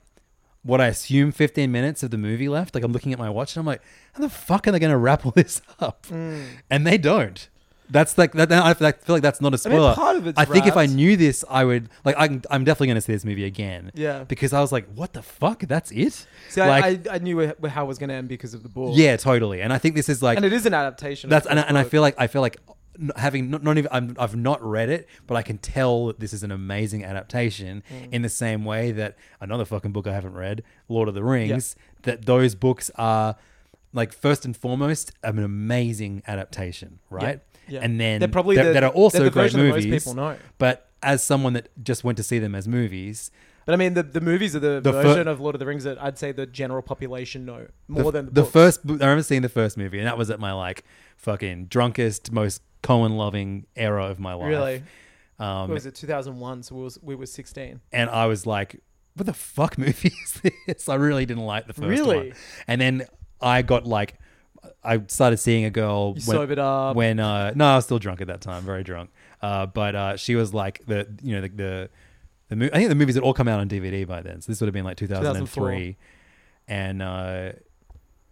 Speaker 6: what I assume 15 minutes of the movie left. Like I'm looking at my watch and I'm like, how the fuck are they going to wrap all this up?
Speaker 5: Hmm.
Speaker 6: And they don't. That's like that. I feel like- feel like that's not a
Speaker 5: I mean,
Speaker 6: spoiler.
Speaker 5: part of it's
Speaker 6: I think if I
Speaker 5: wrapped.
Speaker 6: knew this, I would like. I, can- I'm definitely going to see this movie again.
Speaker 5: Yeah.
Speaker 6: because I was like, what the fuck? That's it.
Speaker 5: See,
Speaker 6: like,
Speaker 5: I, I, I knew it- how it was going to end because of the book.
Speaker 6: yeah, totally. And I think this is like
Speaker 5: and it is an adaptation. of
Speaker 6: that's
Speaker 5: the
Speaker 6: and, I-
Speaker 5: first
Speaker 6: and I
Speaker 5: book.
Speaker 6: feel like I feel like n- having not, not even I'm, I've not read it, but I can tell that this is an amazing adaptation
Speaker 5: Mm.
Speaker 6: in the same way that another fucking book I haven't read, Lord of the Rings, that those books are like first and foremost an amazing adaptation, right?
Speaker 5: Yeah.
Speaker 6: And then
Speaker 5: They're probably
Speaker 6: that-
Speaker 5: the-
Speaker 6: that are also
Speaker 5: they're the
Speaker 6: great
Speaker 5: version that most
Speaker 6: movies.
Speaker 5: people know.
Speaker 6: But as someone that just went to see them as movies,
Speaker 5: But I mean, the, the movies are the,
Speaker 6: The fir-
Speaker 5: version of Lord of the Rings that I'd say the general population know more
Speaker 6: the,
Speaker 5: than the,
Speaker 6: the
Speaker 5: books.
Speaker 6: first. bo- I remember seeing the first movie, and that was at my like fucking drunkest, most Cohen loving era of my life.
Speaker 5: Really,
Speaker 6: Um,
Speaker 5: what was it? Two thousand one. So we was we were sixteen.
Speaker 6: and I was like, "What the fuck movie is this?" I really didn't like the first
Speaker 5: Really?
Speaker 6: one. And then I got like, I started seeing a girl.
Speaker 5: You sobered up.
Speaker 6: when uh, no, I was still drunk at that time, very drunk. Uh, but uh, she was like the you know the the, the mo- I think the movies had all come out on DVD by then, so this would have been like 2003, and. uh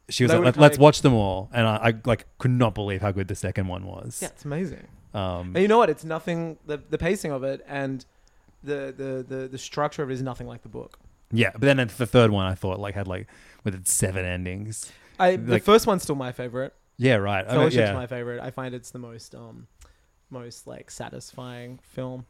Speaker 6: she was
Speaker 5: They
Speaker 6: like,
Speaker 5: would've
Speaker 6: Let, "Let's
Speaker 5: kinda-
Speaker 6: watch them all," and I, I like could not believe how good the second one was.
Speaker 5: Yeah, it's amazing.
Speaker 6: Um,
Speaker 5: And you know what? It's nothing. The, the pacing of it and the, the the the structure of it is nothing like the book.
Speaker 6: yeah, but then the third one I thought like had like with its seven endings.
Speaker 5: I the
Speaker 6: Like-
Speaker 5: first one's still my favorite.
Speaker 6: Yeah, right. I mean,
Speaker 5: Fellowship's
Speaker 6: yeah.
Speaker 5: my favorite. I find it's the most um most like satisfying film.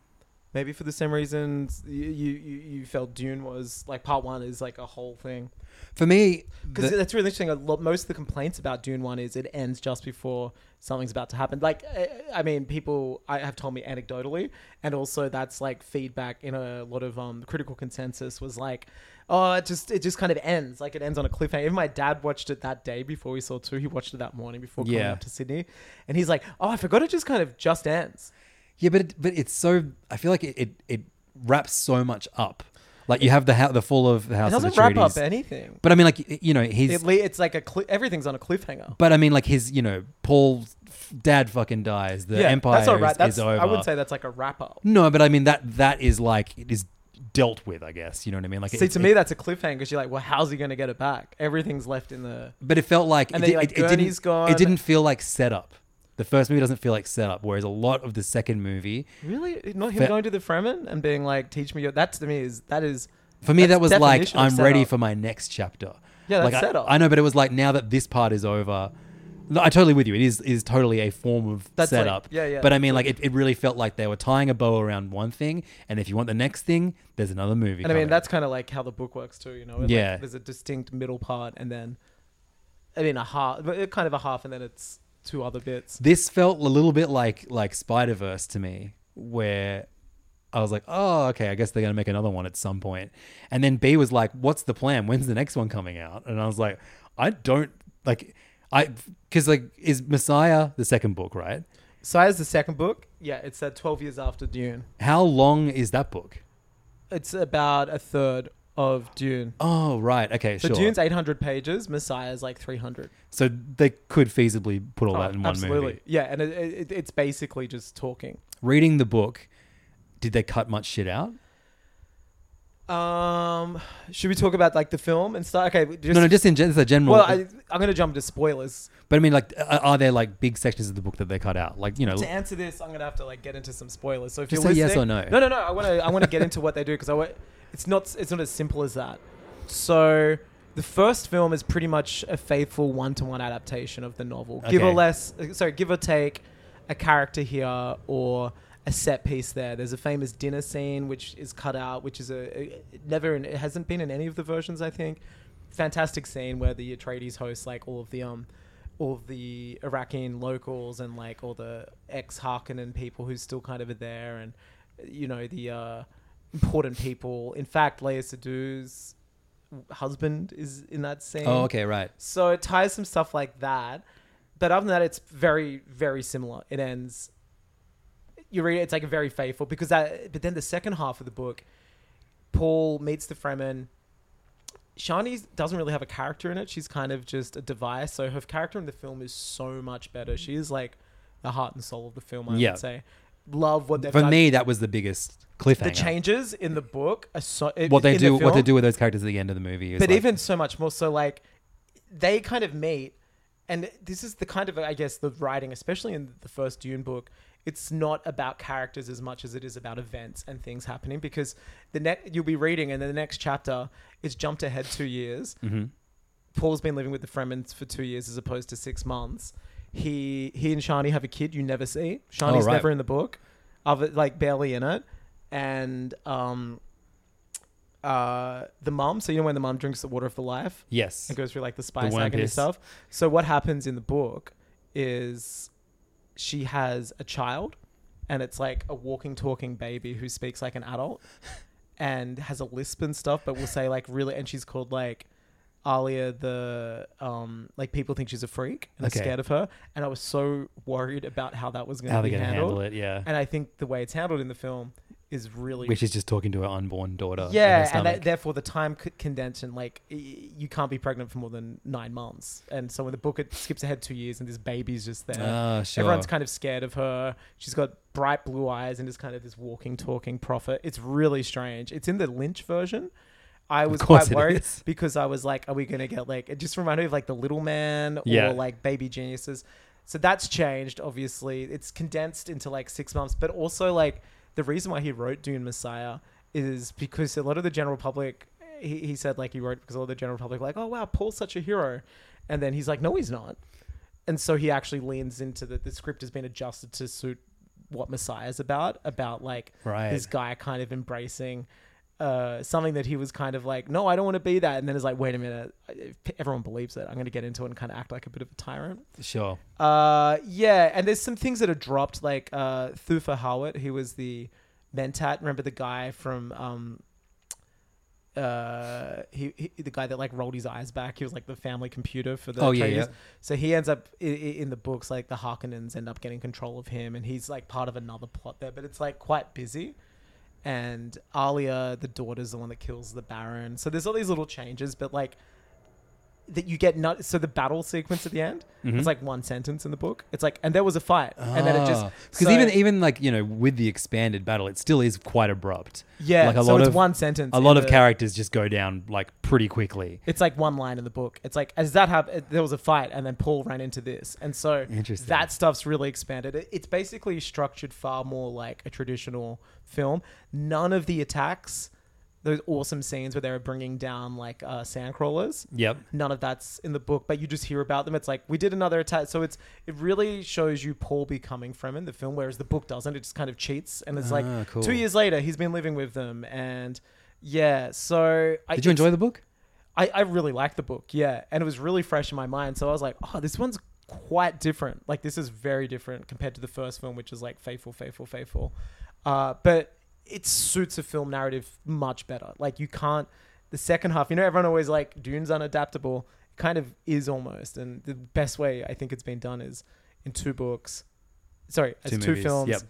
Speaker 5: Maybe for the same reasons you, you, you you felt Dune was like part one is like a whole thing.
Speaker 6: For me,
Speaker 5: Because
Speaker 6: the-
Speaker 5: that's really interesting. A lot, most of the complaints about Dune One is it ends just before something's about to happen. Like, I- I mean, people I have told me anecdotally, and also that's like feedback in a lot of um critical consensus was like, oh, it just it just kind of ends. Like it ends on a cliffhanger. Even my dad watched it that day before we saw two. He watched it that morning before coming
Speaker 6: Yeah.
Speaker 5: up to Sydney, and he's like, oh, I forgot it just kind of just ends.
Speaker 6: Yeah, but it, but it's so. I feel like it it, it wraps so much up. Like you have the ha- the fall of the house.
Speaker 5: It
Speaker 6: of
Speaker 5: doesn't wrap up
Speaker 6: Atreides.
Speaker 5: anything.
Speaker 6: But I mean, like y- you know, he's.
Speaker 5: It, le- it's like a cli- everything's on a cliffhanger.
Speaker 6: but I mean, like his you know Paul's dad fucking dies. The empire
Speaker 5: that's all right.
Speaker 6: is,
Speaker 5: that's,
Speaker 6: is over.
Speaker 5: I wouldn't say that's like a wrap up.
Speaker 6: No, but I mean that that is like it is dealt with. I guess you know what I mean. Like
Speaker 5: See,
Speaker 6: it-
Speaker 5: to
Speaker 6: it-
Speaker 5: me, that's a cliffhanger because you're like, well, how's he going to get it back? Everything's left in the.
Speaker 6: But it felt like,
Speaker 5: And then
Speaker 6: it, di-
Speaker 5: you're like,
Speaker 6: it, it
Speaker 5: Gurney's
Speaker 6: didn't.
Speaker 5: gone.
Speaker 6: It didn't feel like setup. The first movie doesn't feel like setup, whereas a lot of the second movie,
Speaker 5: Really, not him
Speaker 6: Fe-
Speaker 5: going to the Fremen and being like, "Teach me your." That to me is that is.
Speaker 6: for me,
Speaker 5: that's
Speaker 6: that was like
Speaker 5: definition of
Speaker 6: I'm ready
Speaker 5: setup.
Speaker 6: for my next chapter.
Speaker 5: Yeah, that's
Speaker 6: like, I-
Speaker 5: setup.
Speaker 6: I, know, but it was like now that this part is over. No, I totally with you. It is is totally a form of
Speaker 5: That's like-
Speaker 6: setup.
Speaker 5: yeah, yeah.
Speaker 6: But I mean, like it, it really felt like they were tying a bow around one thing, and if you want the next thing, there's another movie.
Speaker 5: And I mean,
Speaker 6: coming.
Speaker 5: that's kind of like how the book works too. You know, Like,
Speaker 6: Yeah.
Speaker 5: there's a distinct middle part, and then, I mean, a half, but it- kind of a half, and then it's two other bits.
Speaker 6: this felt a little bit like like Spider Verse to me, where I was like, oh, okay, I guess they're gonna make another one at some point. And then B was like, what's the plan? When's the next one coming out? And I was like, I don't like, I because like is Messiah the second book, right?
Speaker 5: So as the second book, yeah, it's uh, twelve years after Dune.
Speaker 6: How long is that book?
Speaker 5: It's about a third of Dune.
Speaker 6: Oh, right, okay,
Speaker 5: So
Speaker 6: sure.
Speaker 5: Dune's eight hundred pages. Messiah's like three hundred.
Speaker 6: so they could feasibly put all that in one
Speaker 5: Oh, absolutely.
Speaker 6: movie.
Speaker 5: Yeah, and it, it, it's basically just talking.
Speaker 6: Reading the book, did they cut much shit out?
Speaker 5: Um, should we talk about like the film and stuff? Okay, just,
Speaker 6: no, no, just in gen- just a general.
Speaker 5: well, I, I'm gonna jump into spoilers.
Speaker 6: but I mean, like, are are there like big sections of the book that they cut out? Like, you know,
Speaker 5: to answer this, I'm gonna have to like get into some spoilers. So if
Speaker 6: Oh. Just
Speaker 5: you're
Speaker 6: say yes
Speaker 5: listening-
Speaker 6: or
Speaker 5: no,
Speaker 6: no.
Speaker 5: no, no. I want to, I want to get into what they do because I, wa- it's not, it's not as simple as that. So the first film is pretty much a faithful one-to-one adaptation of the novel. Give or
Speaker 6: Okay.
Speaker 5: less, uh, sorry, give or take a character here or a set piece there. There's a famous dinner scene which is cut out, which is a, a never, in, it hasn't been in any of the versions, I think. Fantastic scene where the Atreides hosts like all of the um all of the Iraqi locals and like all the ex Harkonnen people who still kind of are there, and you know the uh, important people. In fact, Leia Sedu's husband is in that scene.
Speaker 6: Oh, okay, right.
Speaker 5: So it ties some stuff like that, but other than that, it's very very similar. It ends. You read it, it's like very faithful because that. But then the second half of the book, Paul meets the Fremen. Shani doesn't really have a character in it. She's kind of just a device. So her character in the film is so much better. She is like the heart and soul of the film. I
Speaker 6: Yeah.
Speaker 5: would say. Love what they've
Speaker 6: For
Speaker 5: done.
Speaker 6: me, that was the biggest cliffhanger.
Speaker 5: the changes in the book are so it-
Speaker 6: what
Speaker 5: in
Speaker 6: they
Speaker 5: the
Speaker 6: do, what they
Speaker 5: film-
Speaker 6: do with those characters at the end of the movie. Is
Speaker 5: but
Speaker 6: like-
Speaker 5: even so much more so like they kind of meet and this is the kind of i guess the writing especially in the first dune book it's not about characters as much as it is about events and things happening because the next you'll be reading and then the next chapter it's jumped ahead two years
Speaker 6: Mhm.
Speaker 5: paul's been living with the fremens for two years as opposed to six months he he and shani have a kid you never see shani's
Speaker 6: right.
Speaker 5: never in the book other like barely in it and um uh the mom so you know when the mom drinks the water of the life
Speaker 6: yes,
Speaker 5: it goes through like the spice
Speaker 6: worm
Speaker 5: agony
Speaker 6: piss.
Speaker 5: stuff. So what happens in the book is she has a child, and it's like a walking, talking baby who speaks like an adult, and has a lisp and stuff. But will say like really, and she's called like Alia the um like people think she's a freak and
Speaker 6: Okay.
Speaker 5: are scared of her. And I was so worried about how that was going
Speaker 6: how
Speaker 5: to be
Speaker 6: they're going to
Speaker 5: handled.
Speaker 6: handle it, yeah.
Speaker 5: And I think the way it's handled in the film is really
Speaker 6: Which is just talking to her unborn daughter. in her
Speaker 5: yeah, and
Speaker 6: stomach.
Speaker 5: that, therefore the time c- condension, like y- you can't be pregnant for more than nine months. And so in the book, it skips ahead two years, and this baby's just there.
Speaker 6: Ah, sure.
Speaker 5: Everyone's kind of scared of her. She's got bright blue eyes and is kind of this walking, talking prophet. It's really strange. It's in the Lynch version. I was
Speaker 6: course
Speaker 5: quite
Speaker 6: it
Speaker 5: worried
Speaker 6: is.
Speaker 5: because I was like, are we going to get like, it just reminded me of like The Little Man or
Speaker 6: Yeah.
Speaker 5: like Baby Geniuses. So that's changed, obviously. It's condensed into like six months, but also like the reason why he wrote Dune Messiah is because a lot of the general public, he, he said like he wrote because a lot of the general public were like, oh wow, Paul's such a hero. And then he's like, no, he's not. And so he actually leans into that the script has been adjusted to suit what Messiah's about, about like
Speaker 6: Right.
Speaker 5: this guy kind of embracing uh, something that he was kind of like, no, I don't want to be that, and then it's like, wait a minute, if everyone believes it, I'm going to get into it and kind of act like a bit of a tyrant.
Speaker 6: Sure.
Speaker 5: Uh, yeah, and there's some things that are dropped, like uh, Thufa Howard. He was the Mentat. Remember the guy from um, uh, he, he the guy that like rolled his eyes back. He was like the family computer for the.
Speaker 6: Oh, yeah,
Speaker 5: Atreides.
Speaker 6: yeah.
Speaker 5: So he ends up i- i- in the books, like the Harkonnens end up getting control of him, and he's like part of another plot there. But it's like quite busy. And Alia, the daughter's the one that kills the Baron. So there's all these little changes, but like that you get not so the battle sequence at the end
Speaker 6: Mhm.
Speaker 5: it's like one sentence in the book it's like and there was a fight and then it just
Speaker 6: because
Speaker 5: so-
Speaker 6: Ah. even e- even like you know with the expanded battle, it still is quite abrupt.
Speaker 5: Yeah,
Speaker 6: like a
Speaker 5: so
Speaker 6: lot
Speaker 5: it's
Speaker 6: of
Speaker 5: one sentence
Speaker 6: A
Speaker 5: in
Speaker 6: lot of
Speaker 5: the-
Speaker 6: characters just go down like pretty quickly.
Speaker 5: it's like one line in the book it's like as that happened there was a fight and then paul ran into this and so
Speaker 6: Interesting.
Speaker 5: that stuff's really expanded It- it's basically structured far more like a traditional film none of the attacks those awesome scenes where they were bringing down like uh, sandcrawlers
Speaker 6: Yep.
Speaker 5: none of that's in the book, but you just hear about them. It's like we did another attack, so it's it really shows you Paul becoming Fremen, the film, whereas the book doesn't. It just kind of cheats, and it's
Speaker 6: Ah,
Speaker 5: like
Speaker 6: cool.
Speaker 5: two years later he's been living with them, and yeah. So I,
Speaker 6: Did you
Speaker 5: it's-
Speaker 6: enjoy the book?
Speaker 5: I I really liked the book, yeah, and it was really fresh in my mind. So I was like, oh, this one's quite different. Like this is very different compared to the first film, which is like faithful, faithful, faithful, uh, but it suits a film narrative much better. Like you can't the second half. You know, everyone always like Dune's unadaptable. It kind of is almost, and the best way I think it's been done is in two books. Sorry, it's
Speaker 6: Two
Speaker 5: two,
Speaker 6: movies,
Speaker 5: films.
Speaker 6: yep.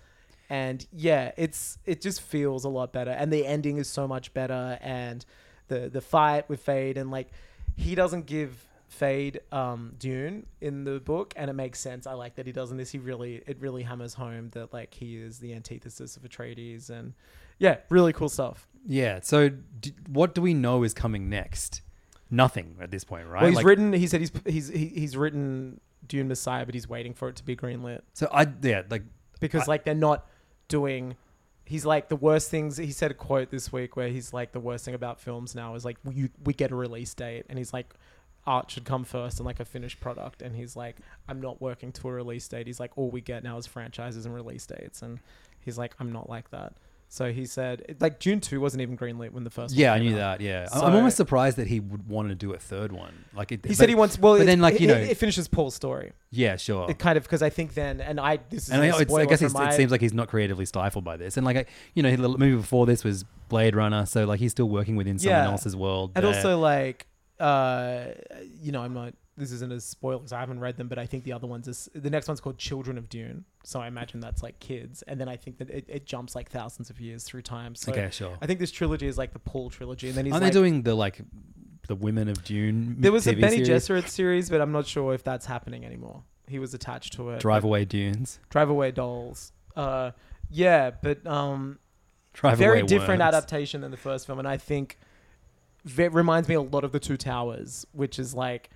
Speaker 5: And yeah, it's it just feels a lot better, and the ending is so much better, and the the fight with Fade, and like he doesn't give Fade um, Dune in the book, and it makes sense. I like that he doesn't. This he really it really hammers home that like he is the antithesis of Atreides, and yeah, really cool stuff.
Speaker 6: Yeah. So d- what do we know is coming next? Nothing at this point, right?
Speaker 5: Well, he's
Speaker 6: Like-
Speaker 5: written. He said he's he's he, he's written Dune Messiah, but he's waiting for it to be greenlit
Speaker 6: So I yeah like
Speaker 5: because
Speaker 6: I-
Speaker 5: like they're not doing. He's like the worst things. He said a quote this week where he's like the worst thing about films now is like we you, we get a release date, and he's like art should come first and like a finished product, and he's like I'm not working to a release date. He's like all we get now is franchises and release dates, and he's like I'm not like that. So he said like Dune two wasn't even greenlit when the first.
Speaker 6: yeah,
Speaker 5: one
Speaker 6: I
Speaker 5: came
Speaker 6: knew
Speaker 5: out.
Speaker 6: that. Yeah,
Speaker 5: So-
Speaker 6: I'm almost surprised that he would want to do a third one. Like it,
Speaker 5: He said he wants. Well,
Speaker 6: but then like you know,
Speaker 5: it, it finishes Paul's story.
Speaker 6: yeah, sure.
Speaker 5: It kind of because I think then, and I this is
Speaker 6: and I,
Speaker 5: a
Speaker 6: it's,
Speaker 5: spoiler
Speaker 6: I guess
Speaker 5: for
Speaker 6: it's,
Speaker 5: my-
Speaker 6: it seems like he's not creatively stifled by this. And like, I, you know, the movie before this was Blade Runner, so like he's still working within someone else's world.
Speaker 5: and
Speaker 6: there.
Speaker 5: also like uh, you know, I'm not. This isn't a spoiler because I haven't read them, but I think the other ones is the next one's called Children of Dune, so I imagine that's like kids, and then I think that it, it jumps like thousands of years through time. So
Speaker 6: Okay, sure.
Speaker 5: I think this trilogy is like the Paul trilogy, and then he's
Speaker 6: aren't
Speaker 5: like,
Speaker 6: they doing the like the Women of Dune?
Speaker 5: there was
Speaker 6: TV
Speaker 5: a Benny
Speaker 6: series?
Speaker 5: Gesserit series, but I'm not sure if that's happening anymore. He was attached to it.
Speaker 6: Drive Away Dunes,
Speaker 5: Drive Away Dolls. Uh, yeah, but um,
Speaker 6: Drive
Speaker 5: very
Speaker 6: Away
Speaker 5: different
Speaker 6: Worms.
Speaker 5: adaptation than the first film, and I think it reminds me a lot of the Two Towers, which is like,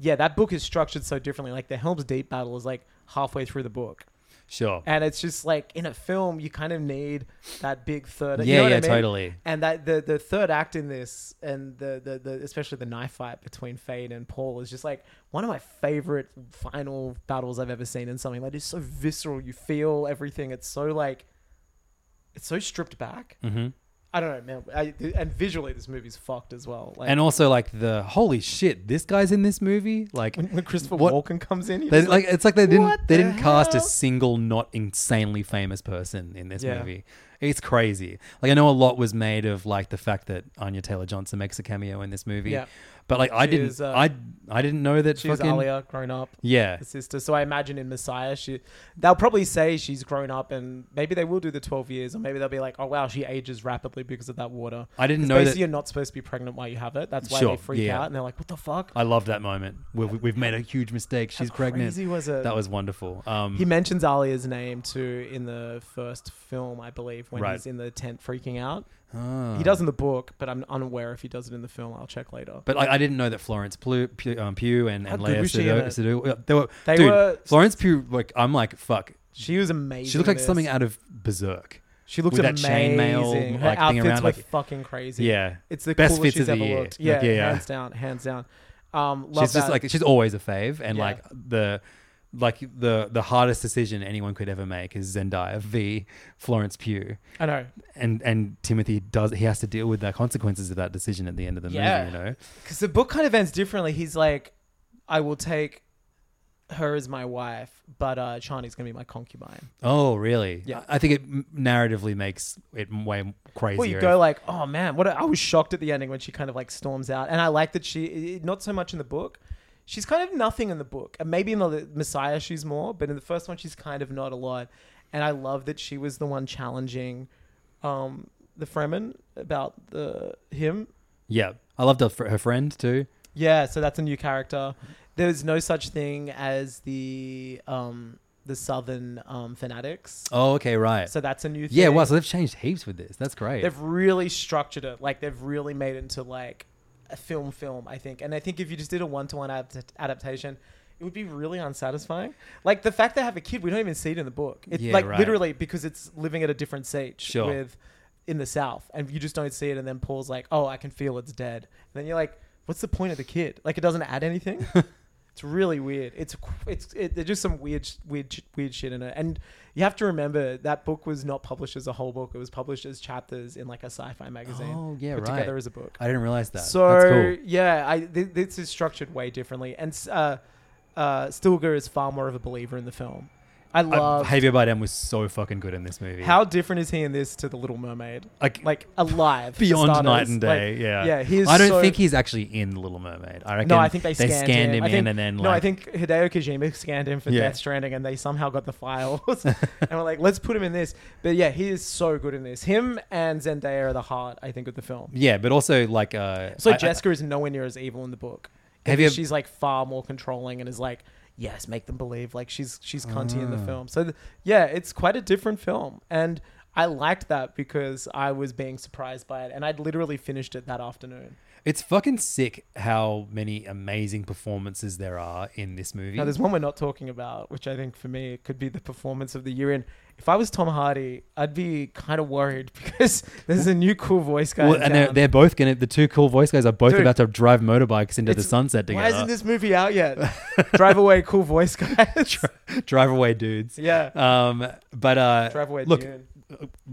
Speaker 5: yeah, that book is structured so differently. Like the Helm's Deep battle is like halfway through the book,
Speaker 6: sure.
Speaker 5: and it's just like in a film you kind of need that big third. you
Speaker 6: Yeah,
Speaker 5: know what
Speaker 6: yeah,
Speaker 5: I mean?
Speaker 6: totally.
Speaker 5: And that the the third act in this, and the, the the especially the knife fight between Fade and Paul is just like one of my favorite final battles I've ever seen in something. Like it's so visceral. You feel everything. It's so like. It's so stripped back.
Speaker 6: hmm
Speaker 5: I don't know, man. I, and visually, this movie's fucked as well. Like,
Speaker 6: and also like the holy shit, this guy's in this movie. Like
Speaker 5: when, when Christopher
Speaker 6: what-
Speaker 5: Walken comes in, you're
Speaker 6: They,
Speaker 5: just
Speaker 6: like it's like they didn't
Speaker 5: "What
Speaker 6: they
Speaker 5: the
Speaker 6: didn't cast a
Speaker 5: hell?"
Speaker 6: single not insanely famous person in this
Speaker 5: Yeah.
Speaker 6: movie. It's crazy. Like I know a lot was made of like the fact that Anya Taylor Johnson makes a cameo in this movie,
Speaker 5: Yeah.
Speaker 6: but like I
Speaker 5: She
Speaker 6: didn't
Speaker 5: is, uh,
Speaker 6: I I didn't know that
Speaker 5: She was
Speaker 6: fucking-
Speaker 5: Alia grown up.
Speaker 6: Yeah.
Speaker 5: the sister. So I imagine in Messiah, she they'll probably say she's grown up, and maybe they will do the twelve years, or maybe they'll be like, oh wow, she ages rapidly because of that water.
Speaker 6: I didn't
Speaker 5: 'Cause
Speaker 6: know that-
Speaker 5: Basically, you're not supposed to be pregnant while you have it. That's why
Speaker 6: Sure,
Speaker 5: they freak
Speaker 6: yeah.
Speaker 5: out, and they're like, what the fuck?
Speaker 6: I love that moment. We've, we've made a huge mistake. She's pregnant.
Speaker 5: crazy was it?
Speaker 6: That was wonderful. Um,
Speaker 5: He mentions Alia's name too in the first film, I believe, when
Speaker 6: Right.
Speaker 5: he's in the tent freaking out.
Speaker 6: Ah.
Speaker 5: He does in the book, but I'm unaware if he does it in the film. I'll check later.
Speaker 6: But like, I didn't know that Florence Pugh, Pugh, um, Pugh and, and
Speaker 5: How good
Speaker 6: Leia
Speaker 5: was she in
Speaker 6: Sado,
Speaker 5: it?
Speaker 6: Sado, uh, they were,
Speaker 5: They
Speaker 6: dude,
Speaker 5: were-
Speaker 6: Florence Pugh. Like I'm like fuck.
Speaker 5: She was amazing.
Speaker 6: She looked like
Speaker 5: in this.
Speaker 6: something out of Berserk.
Speaker 5: She looked
Speaker 6: with
Speaker 5: amazing.
Speaker 6: that chainmail
Speaker 5: Her
Speaker 6: like thing
Speaker 5: outfits
Speaker 6: around
Speaker 5: were
Speaker 6: like
Speaker 5: fucking crazy.
Speaker 6: Yeah,
Speaker 5: it's the
Speaker 6: best
Speaker 5: coolest
Speaker 6: fits
Speaker 5: she's
Speaker 6: of
Speaker 5: ever
Speaker 6: the year.
Speaker 5: looked. Yeah,
Speaker 6: Like, yeah, yeah.
Speaker 5: hands down, hands down. Um, love
Speaker 6: she's just
Speaker 5: that.
Speaker 6: like she's always a fave, and
Speaker 5: Yeah.
Speaker 6: like the like the the hardest decision anyone could ever make is Zendaya v Florence Pugh.
Speaker 5: I know.
Speaker 6: And and Timothy does he has to deal with the consequences of that decision at the end of the
Speaker 5: Yeah.
Speaker 6: movie, you know.
Speaker 5: Because the book kind of ends differently. He's like, I will take her as my wife, but uh, Chani's going to be my concubine.
Speaker 6: Oh, really?
Speaker 5: Yeah.
Speaker 6: I I think it m- narratively makes it m- way crazier.
Speaker 5: Well, you go like, oh man, what? A, I was shocked at the ending when she kind of like storms out, and I like that she i- not so much in the book. She's kind of nothing in the book, and maybe in the Messiah she's more, but in the first one she's kind of not a lot. And I love that she was the one challenging um, the Fremen about the him.
Speaker 6: yeah. I loved her, fr- her friend too.
Speaker 5: Yeah, so that's a new character. There's no such thing as the um, the Southern um, fanatics.
Speaker 6: Oh, okay, right.
Speaker 5: So that's a new
Speaker 6: Yeah,
Speaker 5: thing.
Speaker 6: wow. So they've changed heaps with this. That's great.
Speaker 5: They've really structured it. Like they've really made it into like a film film, I think. And I think if you just did a one-to-one adapt- adaptation, it would be really unsatisfying. Like the fact they have a kid, we don't even see it in the book. It's
Speaker 6: Yeah,
Speaker 5: like
Speaker 6: right.
Speaker 5: literally because it's living at a different stage
Speaker 6: Sure.
Speaker 5: with in the south and you just don't see it and then Paul's like, "Oh, I can feel it's dead." And then you're like, "What's the point of the kid?" Like it doesn't add anything. It's really weird. It's qu- it's it, there's just some weird sh- weird sh- weird shit in it, and you have to remember that book was not published as a whole book. It was published as chapters in like a sci-fi magazine.
Speaker 6: Oh, yeah,
Speaker 5: put
Speaker 6: right.
Speaker 5: Together as a book.
Speaker 6: I didn't realize that.
Speaker 5: So
Speaker 6: That's cool.
Speaker 5: yeah, I th- this is structured way differently, and s- uh, uh, Stilgar is far more of a believer in the film. I love
Speaker 6: Javier Bardem was so fucking good in this movie.
Speaker 5: how different is he in this to the Little Mermaid?
Speaker 6: Like-
Speaker 5: like alive for
Speaker 6: beyond
Speaker 5: starters.
Speaker 6: night and day.
Speaker 5: Like,
Speaker 6: yeah,
Speaker 5: yeah. He is
Speaker 6: I don't
Speaker 5: so-
Speaker 6: think he's actually in The Little Mermaid. I reckon
Speaker 5: No, I think they, scanned,
Speaker 6: him,
Speaker 5: I
Speaker 6: in
Speaker 5: think-
Speaker 6: and then like,
Speaker 5: no, I think Hideo Kojima scanned him for
Speaker 6: Yeah.
Speaker 5: Death Stranding, and they somehow got the files, and we're like, let's put him in this. But yeah, he is so good in this. Him and Zendaya are the heart, I think, of the film.
Speaker 6: yeah, but also like uh,
Speaker 5: So
Speaker 6: I- I-
Speaker 5: Jessica is nowhere near as evil in the book.
Speaker 6: Have you-
Speaker 5: she's like far more controlling and is like, yes, make them believe like she's she's cunty in the
Speaker 6: Mm.
Speaker 5: film. So th- yeah, it's quite a different film, and I liked that because I was being surprised by it, and I'd literally finished it that afternoon.
Speaker 6: it's fucking sick how many amazing performances there are in this movie.
Speaker 5: Now, there's one we're not talking about, which I think for me could be the performance of the year. And if I was Tom Hardy, I'd be kind of worried because there's a new cool voice guy.
Speaker 6: Well,
Speaker 5: in
Speaker 6: and they're,
Speaker 5: town.
Speaker 6: they're both gonna. The two cool voice guys are both
Speaker 5: Dude,
Speaker 6: about to drive motorbikes into the
Speaker 5: it's-
Speaker 6: sunset together.
Speaker 5: Why isn't this movie out yet? Drive away, cool voice guys.
Speaker 6: drive away dudes?
Speaker 5: Yeah.
Speaker 6: Um. But uh.
Speaker 5: Drive away,
Speaker 6: Look,
Speaker 5: Dune.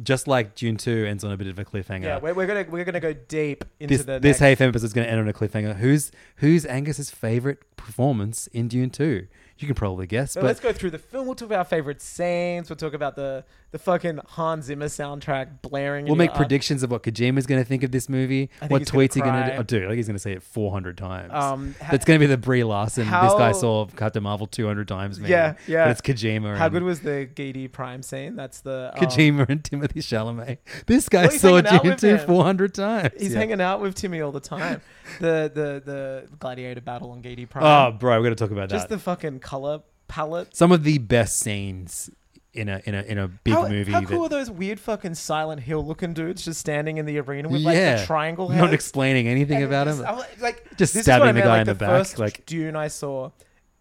Speaker 6: just like June two ends on a bit of a cliffhanger.
Speaker 5: yeah, we're, we're gonna we're gonna go deep into
Speaker 6: this
Speaker 5: the
Speaker 6: this
Speaker 5: next-
Speaker 6: Hayfem episode is going to end on a cliffhanger. Who's who's Angus's favorite performance in Dune Two? You can probably guess,
Speaker 5: But,
Speaker 6: but
Speaker 5: let's go through the film. We'll talk about our favorite scenes. We'll talk about the the fucking Hans Zimmer soundtrack blaring. in
Speaker 6: we'll make
Speaker 5: your ear.
Speaker 6: predictions of what Kojima's going to think of this movie.
Speaker 5: I think
Speaker 6: What
Speaker 5: he's gonna
Speaker 6: tweets he's going to
Speaker 5: cry.
Speaker 6: do? Oh, dude, like he's going to say it four hundred times.
Speaker 5: Um, ha-
Speaker 6: That's going to be the Brie Larson. this
Speaker 5: how-
Speaker 6: guy saw Captain Marvel two hundred times. Man.
Speaker 5: Yeah, yeah.
Speaker 6: But it's Kojima.
Speaker 5: How
Speaker 6: and,
Speaker 5: good was the Gedi Prime scene? That's the um,
Speaker 6: Kojima and Timothy Chalamet? This guy
Speaker 5: Well, he's
Speaker 6: saw
Speaker 5: hanging out
Speaker 6: Dune
Speaker 5: with
Speaker 6: Two
Speaker 5: him.
Speaker 6: four hundred times.
Speaker 5: He's
Speaker 6: Yeah.
Speaker 5: hanging out with Timmy all the time. the the the gladiator battle on Gedi Prime.
Speaker 6: Oh, bro, we're going to talk about
Speaker 5: just
Speaker 6: that.
Speaker 5: the fucking color palette.
Speaker 6: Some of the best scenes in a in a in a big
Speaker 5: how,
Speaker 6: movie.
Speaker 5: How
Speaker 6: that-
Speaker 5: cool are those weird fucking Silent Hill looking dudes just standing in the arena with like the triangle heads?
Speaker 6: Not explaining anything
Speaker 5: And
Speaker 6: about
Speaker 5: it's-
Speaker 6: him.
Speaker 5: I was- like
Speaker 6: Just
Speaker 5: this is what I
Speaker 6: stabbing the
Speaker 5: meant,
Speaker 6: guy
Speaker 5: like,
Speaker 6: in the back,
Speaker 5: First
Speaker 6: like-
Speaker 5: Dune I saw,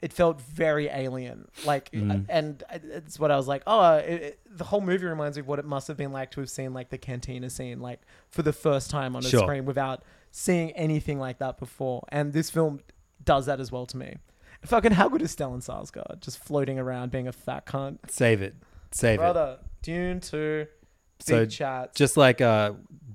Speaker 5: it felt very alien. Like,
Speaker 6: Mm.
Speaker 5: and it's what I was like. Oh, it, it- the whole movie reminds me of what it must have been like to have seen like the cantina scene, like for the first time on a
Speaker 6: Sure.
Speaker 5: screen without seeing anything like that before. And this film does that as well to me. Fucking how good is Stellan Skarsgård just floating around being a fat cunt,
Speaker 6: Save it. Save it.
Speaker 5: brother? Dune two,
Speaker 6: So
Speaker 5: big chats.
Speaker 6: just like uh,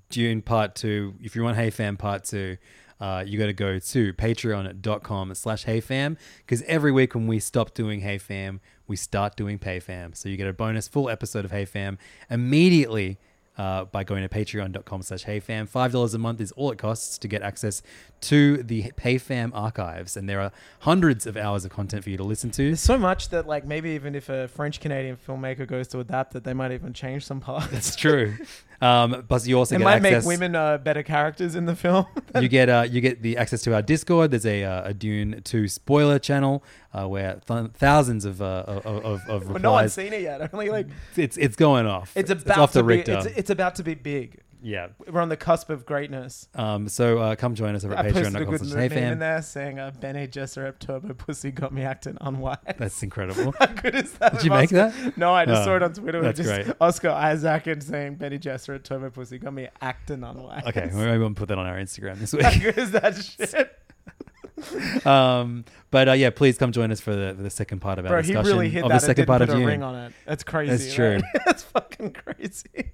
Speaker 6: Dune Part 2, if you want Hey Fam Part 2, uh, you got to go to patreon.com slash HeyFam because every week when we stop doing Hey Fam, we start doing Pay Fam. So you get a bonus full episode of Hey Fam immediately uh, by going to patreon.com slash HeyFam. $5 a month is all it costs to get access to the Pay Fam archives. And there are hundreds of hours of content for you to listen to.
Speaker 5: There's so much that, like, maybe even if a French Canadian filmmaker goes to adapt it, they might even change some parts.
Speaker 6: It's true. Um, but you also
Speaker 5: It
Speaker 6: get
Speaker 5: might
Speaker 6: access.
Speaker 5: make women uh, better characters in the film.
Speaker 6: you get uh, you get the access to our Discord. There's a, uh, a Dune Two spoiler channel uh, where th- thousands of uh, of, of, of
Speaker 5: but no one's
Speaker 6: replies.
Speaker 5: seen it yet. Only like
Speaker 6: it's it's going off.
Speaker 5: it's about
Speaker 6: off
Speaker 5: to
Speaker 6: the
Speaker 5: be.
Speaker 6: Richter.
Speaker 5: It's, it's about to be big.
Speaker 6: yeah.
Speaker 5: We're on the cusp of greatness.
Speaker 6: Um, so uh, come join us over at
Speaker 5: I posted a
Speaker 6: patreon.com
Speaker 5: good
Speaker 6: slash
Speaker 5: meme in
Speaker 6: heyfam.
Speaker 5: there saying uh, Benny Gesserit Turbo Pussy got me acting unwise.
Speaker 6: That's incredible.
Speaker 5: How good is that?
Speaker 6: Did you
Speaker 5: of
Speaker 6: make
Speaker 5: Oscar-
Speaker 6: that?
Speaker 5: No, I just
Speaker 6: Oh,
Speaker 5: saw it on Twitter. with
Speaker 6: that's
Speaker 5: just
Speaker 6: great.
Speaker 5: Oscar Isaac and saying Benny Gesserit Turbo Pussy got me acting unwise.
Speaker 6: okay, maybe we'll put that on our Instagram this week.
Speaker 5: How good is that shit?
Speaker 6: um, but uh, yeah, please come join us for the, the second part of our
Speaker 5: Bro, he
Speaker 6: discussion
Speaker 5: really hit that
Speaker 6: of the
Speaker 5: and
Speaker 6: second
Speaker 5: didn't
Speaker 6: part
Speaker 5: put
Speaker 6: of
Speaker 5: a
Speaker 6: Dune.
Speaker 5: ring on it. That's crazy,
Speaker 6: That's true.
Speaker 5: right? That's fucking crazy.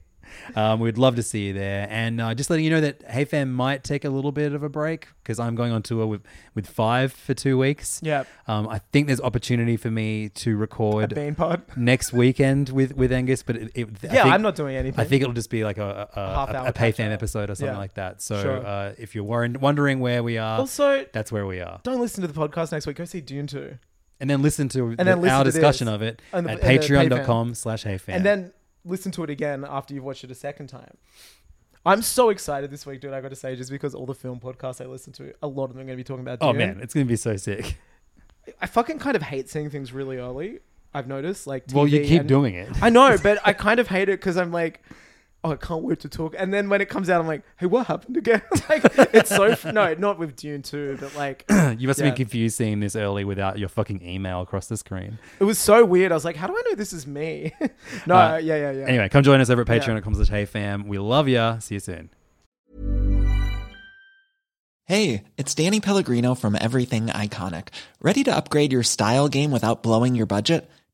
Speaker 6: um, we'd love to see you there, and uh, just letting you know that HeyFam might take a little bit of a break because I'm going on tour with with Five for two weeks.
Speaker 5: Yep.
Speaker 6: Um, I think there's opportunity for me to record
Speaker 5: A Bean Pod?
Speaker 6: next weekend with with Angus, but it, it, I
Speaker 5: Yeah,
Speaker 6: think-
Speaker 5: I'm not doing anything.
Speaker 6: I think it'll just be like a a, a,
Speaker 5: half
Speaker 6: a,
Speaker 5: hour
Speaker 6: a
Speaker 5: catch
Speaker 6: PayFam episode or something
Speaker 5: Yeah.
Speaker 6: like that. So
Speaker 5: Sure.
Speaker 6: uh, if you're worried, wondering where we are,
Speaker 5: Also-
Speaker 6: that's where we are.
Speaker 5: Don't listen to the podcast next week. Go see Dune 2.
Speaker 6: And then listen to the-
Speaker 5: And then listen
Speaker 6: our
Speaker 5: to
Speaker 6: discussion
Speaker 5: this.
Speaker 6: of it
Speaker 5: And the-
Speaker 6: at
Speaker 5: and the PayFam.
Speaker 6: patreon.com slash HeyFam.
Speaker 5: And then listen to it again after you've watched it a second time. I'm so excited this week, dude. I got to say, just because all the film podcasts I listen to, a lot of them are going to be talking about.
Speaker 6: oh
Speaker 5: Dune.
Speaker 6: man, it's gonna be so sick.
Speaker 5: I fucking kind of hate seeing things really early. I've noticed, like,
Speaker 6: Well, you
Speaker 5: TV
Speaker 6: keep
Speaker 5: and-
Speaker 6: doing it.
Speaker 5: I know, but I kind of hate it because I'm like, oh, I can't wait to talk. And then when it comes out, I'm like, hey, what happened again? like, it's so f- no, not with Dune two, but like,
Speaker 6: you must
Speaker 5: yeah.
Speaker 6: have been confused seeing this early without your fucking email across the screen.
Speaker 5: It was so weird. I was like, how do I know this is me? no,
Speaker 6: Uh,
Speaker 5: yeah, yeah, yeah.
Speaker 6: Anyway, come join us over at
Speaker 5: Yeah.
Speaker 6: patreon.com slash HeyFam. We love ya. See you soon.
Speaker 9: Hey, it's Danny Pellegrino from Everything Iconic. Ready to upgrade your style game without blowing your budget?